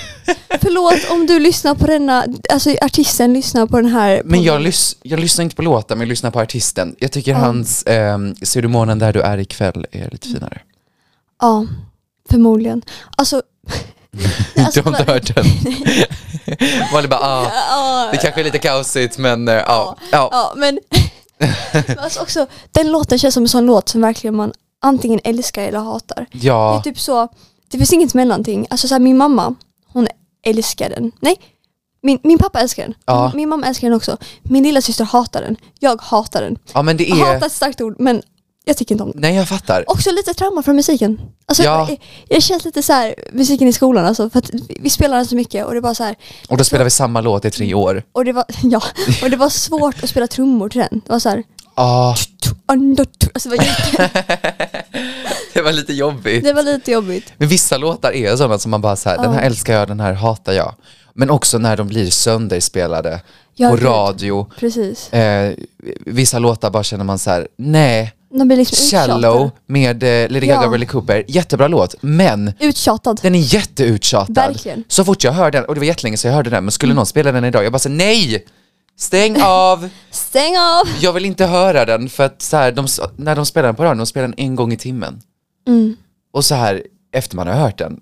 Speaker 1: den. Förlåt om du lyssnar på denna, alltså artisten lyssnar på den här.
Speaker 2: Men jag,
Speaker 1: podden.
Speaker 2: lys- jag lyssnar inte på låten, men jag lyssnar på artisten. Jag tycker hans eh, Ser du månen där du är ikväll är lite finare.
Speaker 1: Ja, förmodligen. Alltså... alltså,
Speaker 2: du har inte hört den? Malin bara, ah,
Speaker 1: Ja,
Speaker 2: det kanske är lite kaosigt men eh, ja. ja.
Speaker 1: ja, men... men alltså också, den låten känns som en sån låt som verkligen man antingen älskar eller hatar.
Speaker 2: Ja,
Speaker 1: Det är typ så, det finns inget mellanting. Alltså så här, min mamma, hon älskar den. Nej, min, min pappa älskar den.
Speaker 2: Ja.
Speaker 1: Min mamma älskar den också. Min lilla syster hatar den. Jag hatar den.
Speaker 2: ja men det
Speaker 1: Hatar är
Speaker 2: är,
Speaker 1: ett starkt ord, men jag tycker inte om den.
Speaker 2: nej jag fattar.
Speaker 1: Också lite trauma från musiken. Alltså,
Speaker 2: Ja.
Speaker 1: jag, jag känns lite så här, musiken i skolan alltså, för att vi- vi spelar den så mycket och det var så här,
Speaker 2: Och då spelar vi samma låt i tre år.
Speaker 1: och det var, ja, och det var svårt att spela trummor till den. Det var så här,
Speaker 2: Ja,
Speaker 1: under, alltså, det, var, jätte-
Speaker 2: det var lite jobbigt.
Speaker 1: det var lite jobbigt.
Speaker 2: Men vissa låtar är sådana som man bara så här, den här älskar jag, den här hatar jag. Men också när de blir sönderspelade
Speaker 1: Ja,
Speaker 2: på
Speaker 1: gud.
Speaker 2: radio.
Speaker 1: Precis.
Speaker 2: Eh, vissa låtar bara känner man så här, nej,
Speaker 1: De blir liksom
Speaker 2: Shallow
Speaker 1: uttjatade.
Speaker 2: med eh, Lady
Speaker 1: Ja.
Speaker 2: Gaga och Bradley Cooper, jättebra låt, men
Speaker 1: Uttjatad.
Speaker 2: den är jätteuttjatad.
Speaker 1: Verkligen. Mm.
Speaker 2: Så fort jag hör den, och det var jättelänge sedan jag hörde den, men skulle någon spela den idag, jag bara säger nej! Stäng av!
Speaker 1: Stäng av!
Speaker 2: Jag vill inte höra den för att så här, de, när de spelar den på radion, de spelar den en gång i timmen.
Speaker 1: Mm.
Speaker 2: Och så här, efter man har hört den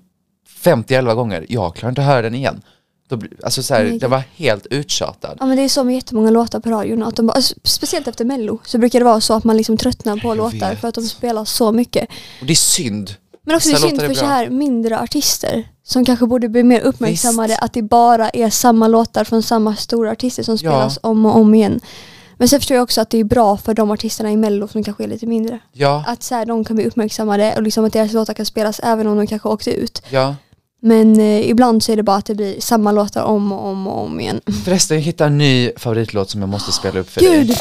Speaker 2: 50-11 gånger, jag klarar inte att höra den igen. Då, blir- alltså så här,
Speaker 1: Nej,
Speaker 2: den var helt uttjatad.
Speaker 1: Ja men det är så med jättemånga låtar på radion, att de bara, alltså, speciellt efter mello så brukar det vara så att man liksom tröttnar på låtar
Speaker 2: vet.
Speaker 1: för att de spelar så mycket.
Speaker 2: Och det är synd.
Speaker 1: Men också det är
Speaker 2: Vissa
Speaker 1: synd
Speaker 2: låtar är
Speaker 1: för så
Speaker 2: bra.
Speaker 1: här mindre artister som kanske borde bli mer uppmärksammade att det bara är samma låtar från samma stora artister som spelas om och om igen. Men sen förstår jag också att det är bra för de artisterna i mello som kanske är lite mindre.
Speaker 2: Ja,
Speaker 1: Att så här, de kan bli uppmärksammade och liksom att deras låtar kan spelas även om de kanske åkte ut.
Speaker 2: ja.
Speaker 1: Men eh, ibland så är det bara att det blir samma låtar om och om och om igen.
Speaker 2: Förresten, jag hittade en ny favoritlåt som jag måste spela upp för dig.
Speaker 1: Gud!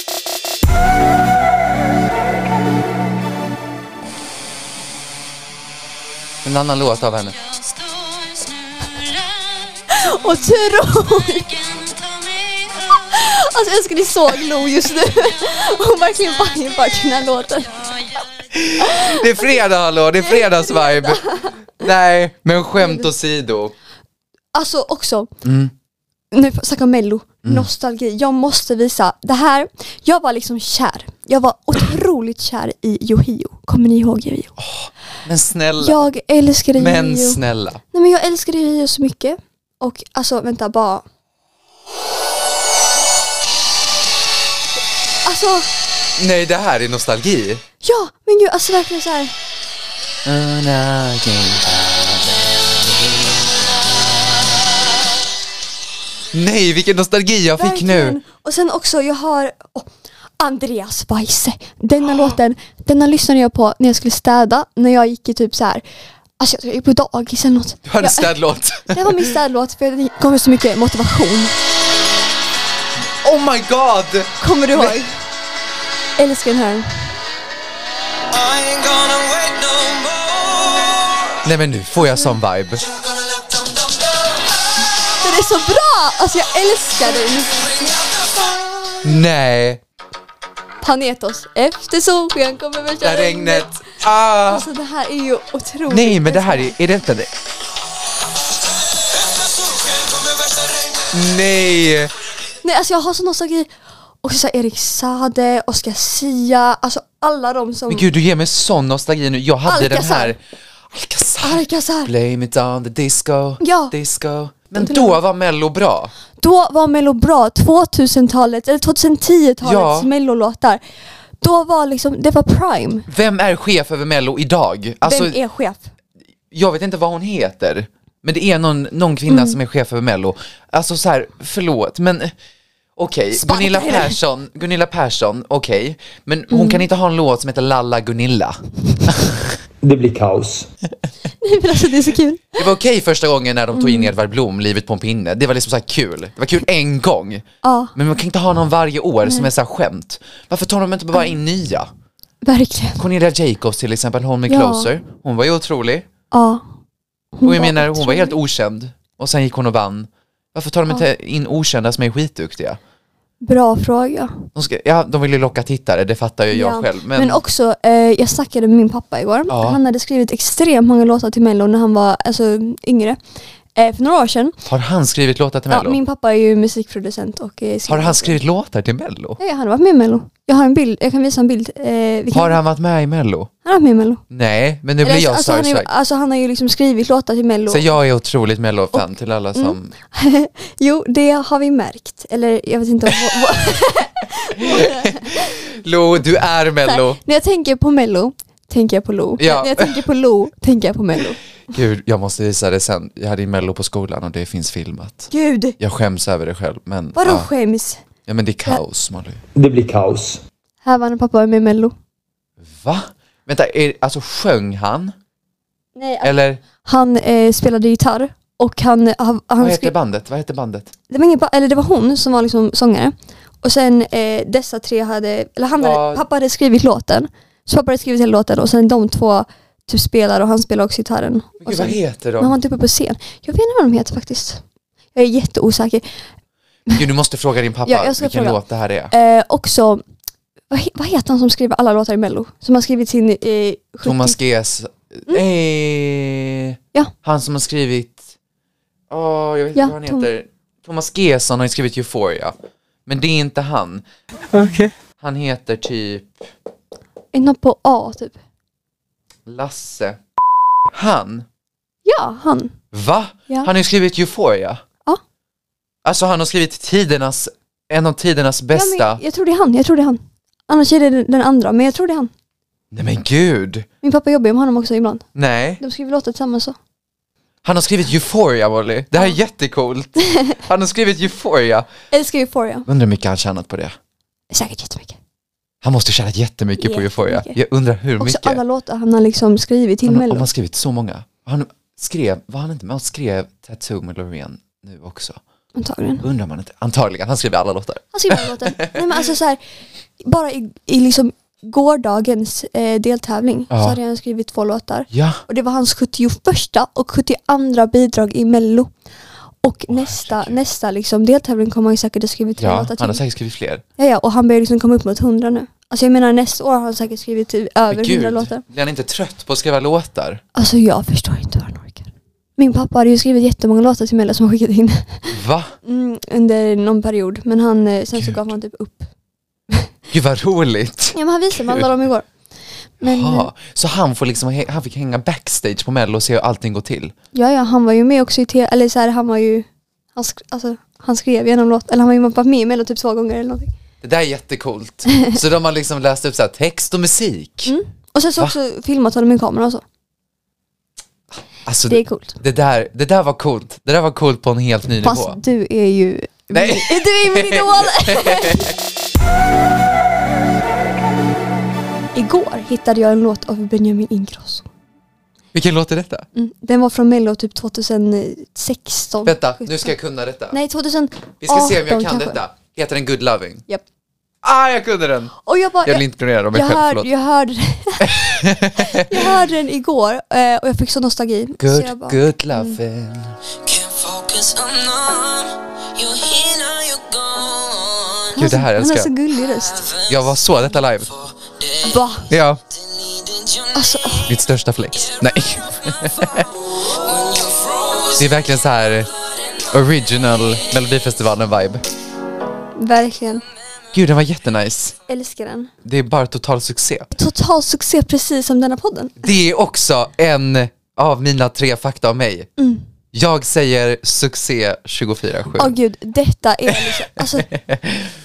Speaker 2: En annan låt av henne.
Speaker 1: Och Troy! Alltså jag önskar ni såg Lo just nu. Hon verkligen firefuck den här låten.
Speaker 2: Det är fredag hallå, det är fredagsvibe. Nej, men skämt åsido.
Speaker 1: Alltså också, nu snackar om mello, nostalgi. Jag måste visa, det här, jag var liksom kär. Jag var otroligt kär i Yohio. Kommer ni ihåg Yohio?
Speaker 2: Men snälla,
Speaker 1: Jag älskade
Speaker 2: men
Speaker 1: Yohio.
Speaker 2: snälla.
Speaker 1: Nej men jag älskade Yohio så mycket. Och alltså vänta bara. Alltså,
Speaker 2: Nej, det här är nostalgi.
Speaker 1: ja men gud alltså verkligen så här.
Speaker 2: Nej, vilken nostalgi jag fick
Speaker 1: Verkligen.
Speaker 2: nu.
Speaker 1: Och sen också, jag har åh, Andreas Weise.
Speaker 2: Ah.
Speaker 1: Denna låten, denna lyssnade jag på när jag skulle städa, när jag gick i typ så här. Alltså jag tror jag gick på dagis eller något.
Speaker 2: Du hade
Speaker 1: Ja,
Speaker 2: städlåt.
Speaker 1: Det var min städlåt för det gav mig så mycket motivation.
Speaker 2: Oh my god!
Speaker 1: Kommer du ihåg? Älskar den här.
Speaker 6: I ain't gonna wait no more.
Speaker 2: Nej men nu får jag sån vibe.
Speaker 6: Gonna let them know now.
Speaker 1: Den är så bra! Alltså jag älskar den.
Speaker 6: Bring out the fire.
Speaker 2: Nej,
Speaker 1: Panetos, efter solsken kommer vi
Speaker 2: det
Speaker 1: köra
Speaker 2: regnet. Ah.
Speaker 1: Alltså det här är ju otroligt.
Speaker 2: Nej men det här är, är detta det?
Speaker 6: Kommer värsta regnet.
Speaker 2: Nej!
Speaker 1: Nej alltså jag har sån nostalgi. Och så här Erik Sade, Oscar Sia, alltså alla de som...
Speaker 2: Men gud du ger mig sån nostalgi nu. Jag hade den
Speaker 1: Alcazar.
Speaker 2: här. Alcazar.
Speaker 1: Alcazar.
Speaker 2: Blame it on the disco.
Speaker 1: Ja.
Speaker 2: Disco. Men då var mello bra.
Speaker 1: Då var Mello bra, 2000-talet eller 2010-talets
Speaker 2: Ja.
Speaker 1: Mellolåtar. Då var liksom, det var prime.
Speaker 2: Vem är chef över mello idag? Alltså,
Speaker 1: Vem är chef?
Speaker 2: jag vet inte vad hon
Speaker 1: Mm.
Speaker 2: heter. Men det är någon, någon kvinna som är chef över mello. Alltså så här, förlåt men Okej,
Speaker 1: Sparka
Speaker 2: Gunilla
Speaker 1: henne. Mm.
Speaker 2: Persson, Gunilla Persson, okej. Men hon kan inte ha en låt som heter Lalla Gunilla.
Speaker 8: Det blir kaos.
Speaker 1: Nej men alltså det är så kul.
Speaker 2: Det var okej första gången när de tog
Speaker 1: Mm.
Speaker 2: in Edvard Blom, Livet på en pinne. Det var liksom så här kul. Det var kul en gång.
Speaker 1: Ja.
Speaker 2: Men man kan inte ha någon varje år som är så här skämt. Varför tar de inte bara in nya?
Speaker 1: Verkligen.
Speaker 2: Cornelia Jacobs till exempel, hon med
Speaker 1: Ja.
Speaker 2: Closer. Hon var ju otrolig.
Speaker 1: Ja.
Speaker 2: Och jag menar, hon var
Speaker 1: otrolig.
Speaker 2: helt okänd. Och sen gick hon och vann. Varför tar de inte in okända som är skitduktiga?
Speaker 1: Bra fråga.
Speaker 2: De, ska, ja, de vill ju locka tittare, det fattar ju jag
Speaker 1: Ja.
Speaker 2: själv. Men,
Speaker 1: Men, också, eh, jag snackade med min pappa igår.
Speaker 2: Ja.
Speaker 1: Han hade skrivit extremt många låtar till Mello när han var alltså, yngre. Eh, för några år sedan.
Speaker 2: har han skrivit låtar till
Speaker 1: Ja,
Speaker 2: Mello?
Speaker 1: min pappa är ju musikproducent och eh,
Speaker 2: Har han skrivit låtar till Mello?
Speaker 1: Ja, ja, han har varit med i Mello. Jag har en bild, jag kan visa en bild. Eh, vi kan-
Speaker 2: Har han varit med i Mello?
Speaker 1: han har varit med i Mello.
Speaker 2: Nej, men nu blir
Speaker 1: Eller,
Speaker 2: jag
Speaker 1: alltså, han, har ju,
Speaker 2: starstruck.
Speaker 1: alltså, han har ju liksom skrivit låtar till Mello.
Speaker 2: Så jag är otroligt Mello-fan till alla
Speaker 1: Mm.
Speaker 2: som...
Speaker 1: Jo, det har vi märkt. Eller jag vet inte. vad- vad-
Speaker 2: Lo, du är Mello!
Speaker 1: När jag tänker på Mello, tänker jag på Lo.
Speaker 2: Ja.
Speaker 1: När jag tänker på Lo, tänker jag på Mello.
Speaker 2: Gud, jag måste visa det sen. Jag hade ju Mello på skolan och det finns filmat.
Speaker 1: Gud,
Speaker 2: Jag skäms över det själv, men...
Speaker 1: vadå
Speaker 2: ja.
Speaker 1: skäms?
Speaker 2: ja, men det är kaos, Molly.
Speaker 8: Det blir kaos.
Speaker 1: Här var när pappa var med i Mello.
Speaker 2: Va? Vänta, är, alltså sjöng han?
Speaker 1: Nej,
Speaker 2: Eller
Speaker 1: Han eh, spelade gitarr och han, eh, han,
Speaker 2: vad
Speaker 1: han
Speaker 2: heter
Speaker 1: skrev,
Speaker 2: bandet? Vad heter bandet?
Speaker 1: det, var ingen, ba- eller det var hon som var liksom sångare. Och sen eh, dessa tre hade, eller han
Speaker 2: Ja.
Speaker 1: hade, pappa hade skrivit låten. Så pappa hade skrivit hela låten och sen de två typ spelar och han spelar också gitarren.
Speaker 2: Men
Speaker 1: Och
Speaker 2: Gud, vad
Speaker 1: sen,
Speaker 2: heter
Speaker 1: men han var
Speaker 2: de?
Speaker 1: inte uppe typ på scen. Jag vet inte vad de heter faktiskt. Jag är jätteosäker.
Speaker 2: Gud, du måste fråga din pappa
Speaker 1: Ja, jag ska
Speaker 2: vilken
Speaker 1: fråga.
Speaker 2: låt det här är.
Speaker 1: Eh, också, vad, he, vad heter han som skriver alla låtar i Mello? Som har skrivit sin... Eh, 70
Speaker 2: Thomas Ges... Eh,
Speaker 1: Mm. Ja.
Speaker 2: Han som har skrivit... Åh, jag vet inte
Speaker 1: Ja,
Speaker 2: vad han
Speaker 1: Tom-
Speaker 2: heter. Thomas Gesson har ju skrivit Euphoria. Men det är inte han. Han heter typ
Speaker 1: Inte någon eh, på A typ.
Speaker 2: Lasse. Han?
Speaker 1: Ja, han.
Speaker 2: Va?
Speaker 1: Ja.
Speaker 2: Han har ju skrivit Euphoria.
Speaker 1: Ja.
Speaker 2: Alltså han har skrivit tidernas, en av tidernas bästa.
Speaker 1: Ja, men jag tror det är han, jag tror det är han. Annars är det den- den andra, men jag tror det är han.
Speaker 2: Nej men gud.
Speaker 1: Min pappa jobbar ju med honom också ibland.
Speaker 2: Nej.
Speaker 1: De skriver låtar tillsammans så.
Speaker 2: Han har skrivit Euphoria, Molly. Det här är jättecoolt. Han har skrivit Euphoria.
Speaker 1: Älskar Euphoria.
Speaker 2: Undrar hur mycket han tjänat på det.
Speaker 1: Säkert jättemycket.
Speaker 2: Han måste tjäna jättemycket på Euphoria. Jag
Speaker 1: Jättemycket.
Speaker 2: undrar hur
Speaker 1: Också
Speaker 2: mycket.
Speaker 1: alla låtar han har liksom skrivit till
Speaker 2: Han, har- om
Speaker 1: Mello.
Speaker 2: han skrivit så många. Han skrev, var han inte med? Han skrev Tattoo med Loreen nu också.
Speaker 1: Antagligen.
Speaker 2: Undrar man inte. Antagligen, han skriver alla låtar.
Speaker 1: Han skriver alla låtar. Nej men alltså så här, bara i, i liksom gårdagens eh, deltävling
Speaker 2: Ja.
Speaker 1: så hade han skrivit två låtar.
Speaker 2: Ja.
Speaker 1: Och det var hans 71 och 72 bidrag i Mello. Och nästa,
Speaker 2: herregud.
Speaker 1: nästa liksom deltävling kommer han ju säkert att skriva tre
Speaker 2: Ja,
Speaker 1: låtar
Speaker 2: han har
Speaker 1: till.
Speaker 2: säkert skrivit fler.
Speaker 1: Ja, ja, och han börjar liksom komma upp mot 100 nu. Alltså jag menar nästa år har han säkert skrivit typ över
Speaker 2: Men
Speaker 1: 100
Speaker 2: gud,
Speaker 1: låtar.
Speaker 2: blir han inte trött på att skriva låtar?
Speaker 1: Alltså jag förstår inte hur han orkar. Min pappa hade ju skrivit jättemånga låtar till Mello som han skickat in
Speaker 2: Va?
Speaker 1: mm, under någon period. Men han, eh, sen så
Speaker 2: Gud.
Speaker 1: gav han typ upp.
Speaker 2: Gud vad roligt.
Speaker 1: Ja men han visade mig alla dem igår. Men eh,
Speaker 2: Jaha, så han, får liksom, hä- han fick hänga backstage på Mello och se hur allting går till?
Speaker 1: ja, ja han var ju med också i te- eller så här, han var ju, han, sk- alltså, han skrev genom låt, eller han var ju varit med i Mello typ två gånger eller någonting.
Speaker 2: Det där är jättecoolt. Så de har liksom läst upp så här text och musik.
Speaker 1: Mm. Och sen så
Speaker 2: Va?
Speaker 1: också filmat honom med kamera och så.
Speaker 2: Alltså,
Speaker 1: Det är
Speaker 2: det,
Speaker 1: coolt.
Speaker 2: det, där, det där var coolt. Det där var coolt på en helt ny
Speaker 1: Fast
Speaker 2: nivå.
Speaker 1: du är ju,
Speaker 2: Nej.
Speaker 1: du är min idol! Igår hittade jag en låt av Benjamin Ingrosso.
Speaker 2: Vilken låt är detta?
Speaker 1: Mm. Den var från Mello typ 2016.
Speaker 2: Vänta, nu ska jag kunna detta.
Speaker 1: Nej, 2018
Speaker 2: Vi ska se om jag kan
Speaker 1: kanske.
Speaker 2: detta. Heter den Good Loving?
Speaker 1: Japp.
Speaker 2: Ah, jag kunde den!
Speaker 1: Och jag bara,
Speaker 2: Jag
Speaker 1: jag,
Speaker 2: vill inte ignorera om
Speaker 1: jag,
Speaker 2: jag själv,
Speaker 1: hörde,
Speaker 2: förlåt.
Speaker 1: jag, hörde, jag hörde den igår eh, och jag fick sån nostalgi. så jag
Speaker 2: Good,
Speaker 1: bara, Mm.
Speaker 2: good loving.
Speaker 6: Can't focus, I'm numb. You're here now, you're gone.
Speaker 2: Gud, det här
Speaker 1: han har
Speaker 2: älskar
Speaker 1: så
Speaker 2: jag.
Speaker 1: gullig röst.
Speaker 2: Jag var så detta live.
Speaker 1: Va?
Speaker 2: Ja,
Speaker 6: Deleted your
Speaker 1: Alltså,
Speaker 2: mitt största flex. Nej.
Speaker 6: when you're frozen.
Speaker 2: Det är verkligen så här original Melodifestivalen-vibe.
Speaker 1: verkligen.
Speaker 2: Gud, den var jättenice.
Speaker 1: Älskar den.
Speaker 2: Det är bara total succé.
Speaker 1: Total succé precis som denna podden.
Speaker 2: Det är också en av mina tre fakta om mig. Jag säger succé 24-7.
Speaker 1: Mm. Åh gud, detta är liksom, alltså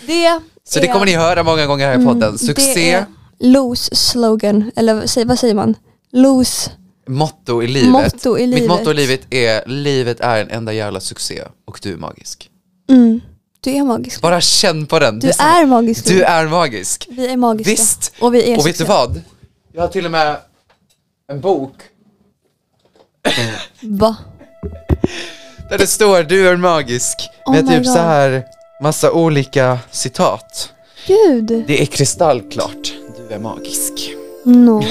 Speaker 1: det
Speaker 2: så det
Speaker 1: är-
Speaker 2: kommer ni höra många gånger här i podden.
Speaker 1: Mm, Det
Speaker 2: Succé,
Speaker 1: är Los slogan, eller vad säger- vad säger man? Los,
Speaker 2: motto i livet.
Speaker 1: Motto i
Speaker 2: Mitt
Speaker 1: livet.
Speaker 2: motto i livet är livet är en enda jävla succé och du är magisk.
Speaker 1: mm, Du är magisk.
Speaker 2: Bara känn på den.
Speaker 1: Du
Speaker 2: Visst,
Speaker 1: är magisk.
Speaker 2: Du är magisk.
Speaker 1: Vi är magiska.
Speaker 2: Visst.
Speaker 1: Och vi är
Speaker 2: Och vet du
Speaker 1: sexiga.
Speaker 2: vad? Jag har till och med en bok
Speaker 1: Va?
Speaker 2: där det står du är magisk.
Speaker 1: Oh
Speaker 2: med
Speaker 1: my
Speaker 2: typ
Speaker 1: God.
Speaker 2: så här massa olika citat.
Speaker 1: Gud.
Speaker 2: Det är kristallklart. Du är magisk.
Speaker 1: No.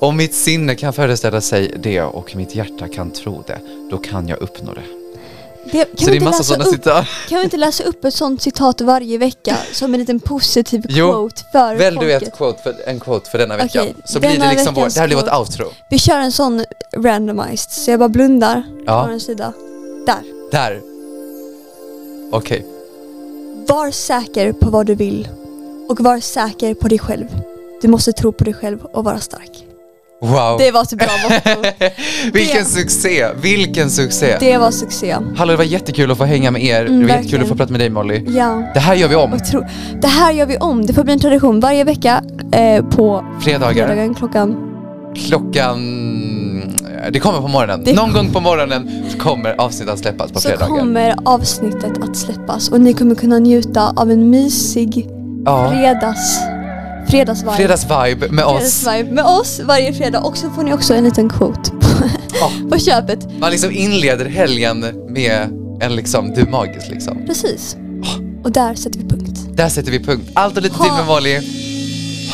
Speaker 2: Om mitt sinne kan föreställa sig det och mitt hjärta kan tro det, då kan jag uppnå det.
Speaker 1: Det, kan, vi
Speaker 2: så det är
Speaker 1: inte
Speaker 2: massa
Speaker 1: läsa
Speaker 2: sådana
Speaker 1: alltså upp,
Speaker 2: citat.
Speaker 1: kan vi inte läsa upp ett sånt citat varje vecka som en liten positiv
Speaker 2: Jo.
Speaker 1: quote för
Speaker 2: Välj du
Speaker 1: folket?
Speaker 2: ett quote för, en quote för denna veckan.
Speaker 1: Okej,
Speaker 2: så
Speaker 1: denna
Speaker 2: blir det liksom vår,
Speaker 1: veckans
Speaker 2: det här blir vårt
Speaker 1: quote.
Speaker 2: outro.
Speaker 1: Vi kör en sån randomized, så jag bara blundar
Speaker 2: Ja.
Speaker 1: på en sida. Där.
Speaker 2: Där. Okej.
Speaker 1: Var säker på vad du vill och var säker på dig själv. Du måste tro på dig själv och vara stark.
Speaker 2: Wow.
Speaker 1: Det var ett bra motto.
Speaker 2: Vilken
Speaker 1: det-
Speaker 2: succé, vilken succé.
Speaker 1: Det var succé.
Speaker 2: Hallå, det var jättekul att få hänga med er. det var jättekul
Speaker 1: verkligen.
Speaker 2: att få prata med dig Molly.
Speaker 1: Ja.
Speaker 2: Det här gör vi om.
Speaker 1: Och tro, det här gör vi om. Det får bli en tradition varje vecka eh, på
Speaker 2: Fredagar.
Speaker 1: fredagen klockan.
Speaker 2: Klockan... Det kommer på morgonen.
Speaker 1: Det-
Speaker 2: Någon gång på morgonen kommer avsnittet att släppas på
Speaker 1: Så
Speaker 2: fredagar.
Speaker 1: kommer avsnittet att släppas och ni kommer kunna njuta av en mysig
Speaker 2: Ja.
Speaker 1: fredags, fredagsvibe.
Speaker 2: Fredagsvibe med oss.
Speaker 1: Fredagsvibe med oss varje fredag och så får ni också en liten quote på,
Speaker 2: Ja.
Speaker 1: på köpet.
Speaker 2: Man liksom inleder helgen med en liksom, du är magisk liksom.
Speaker 1: Precis. Och där sätter vi punkt.
Speaker 2: Där sätter vi punkt. Allt och lite
Speaker 1: Ha-
Speaker 2: till med Molly.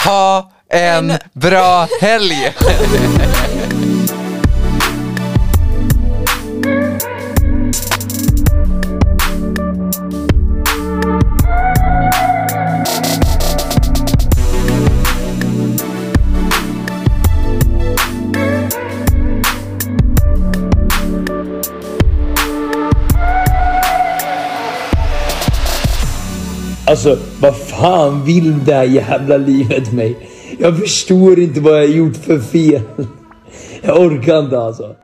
Speaker 2: Ha en bra helg!
Speaker 8: Alltså, vad fan vill det här jävla livet mig? Jag förstår inte vad jag har gjort för fel. Jag orkar inte alltså.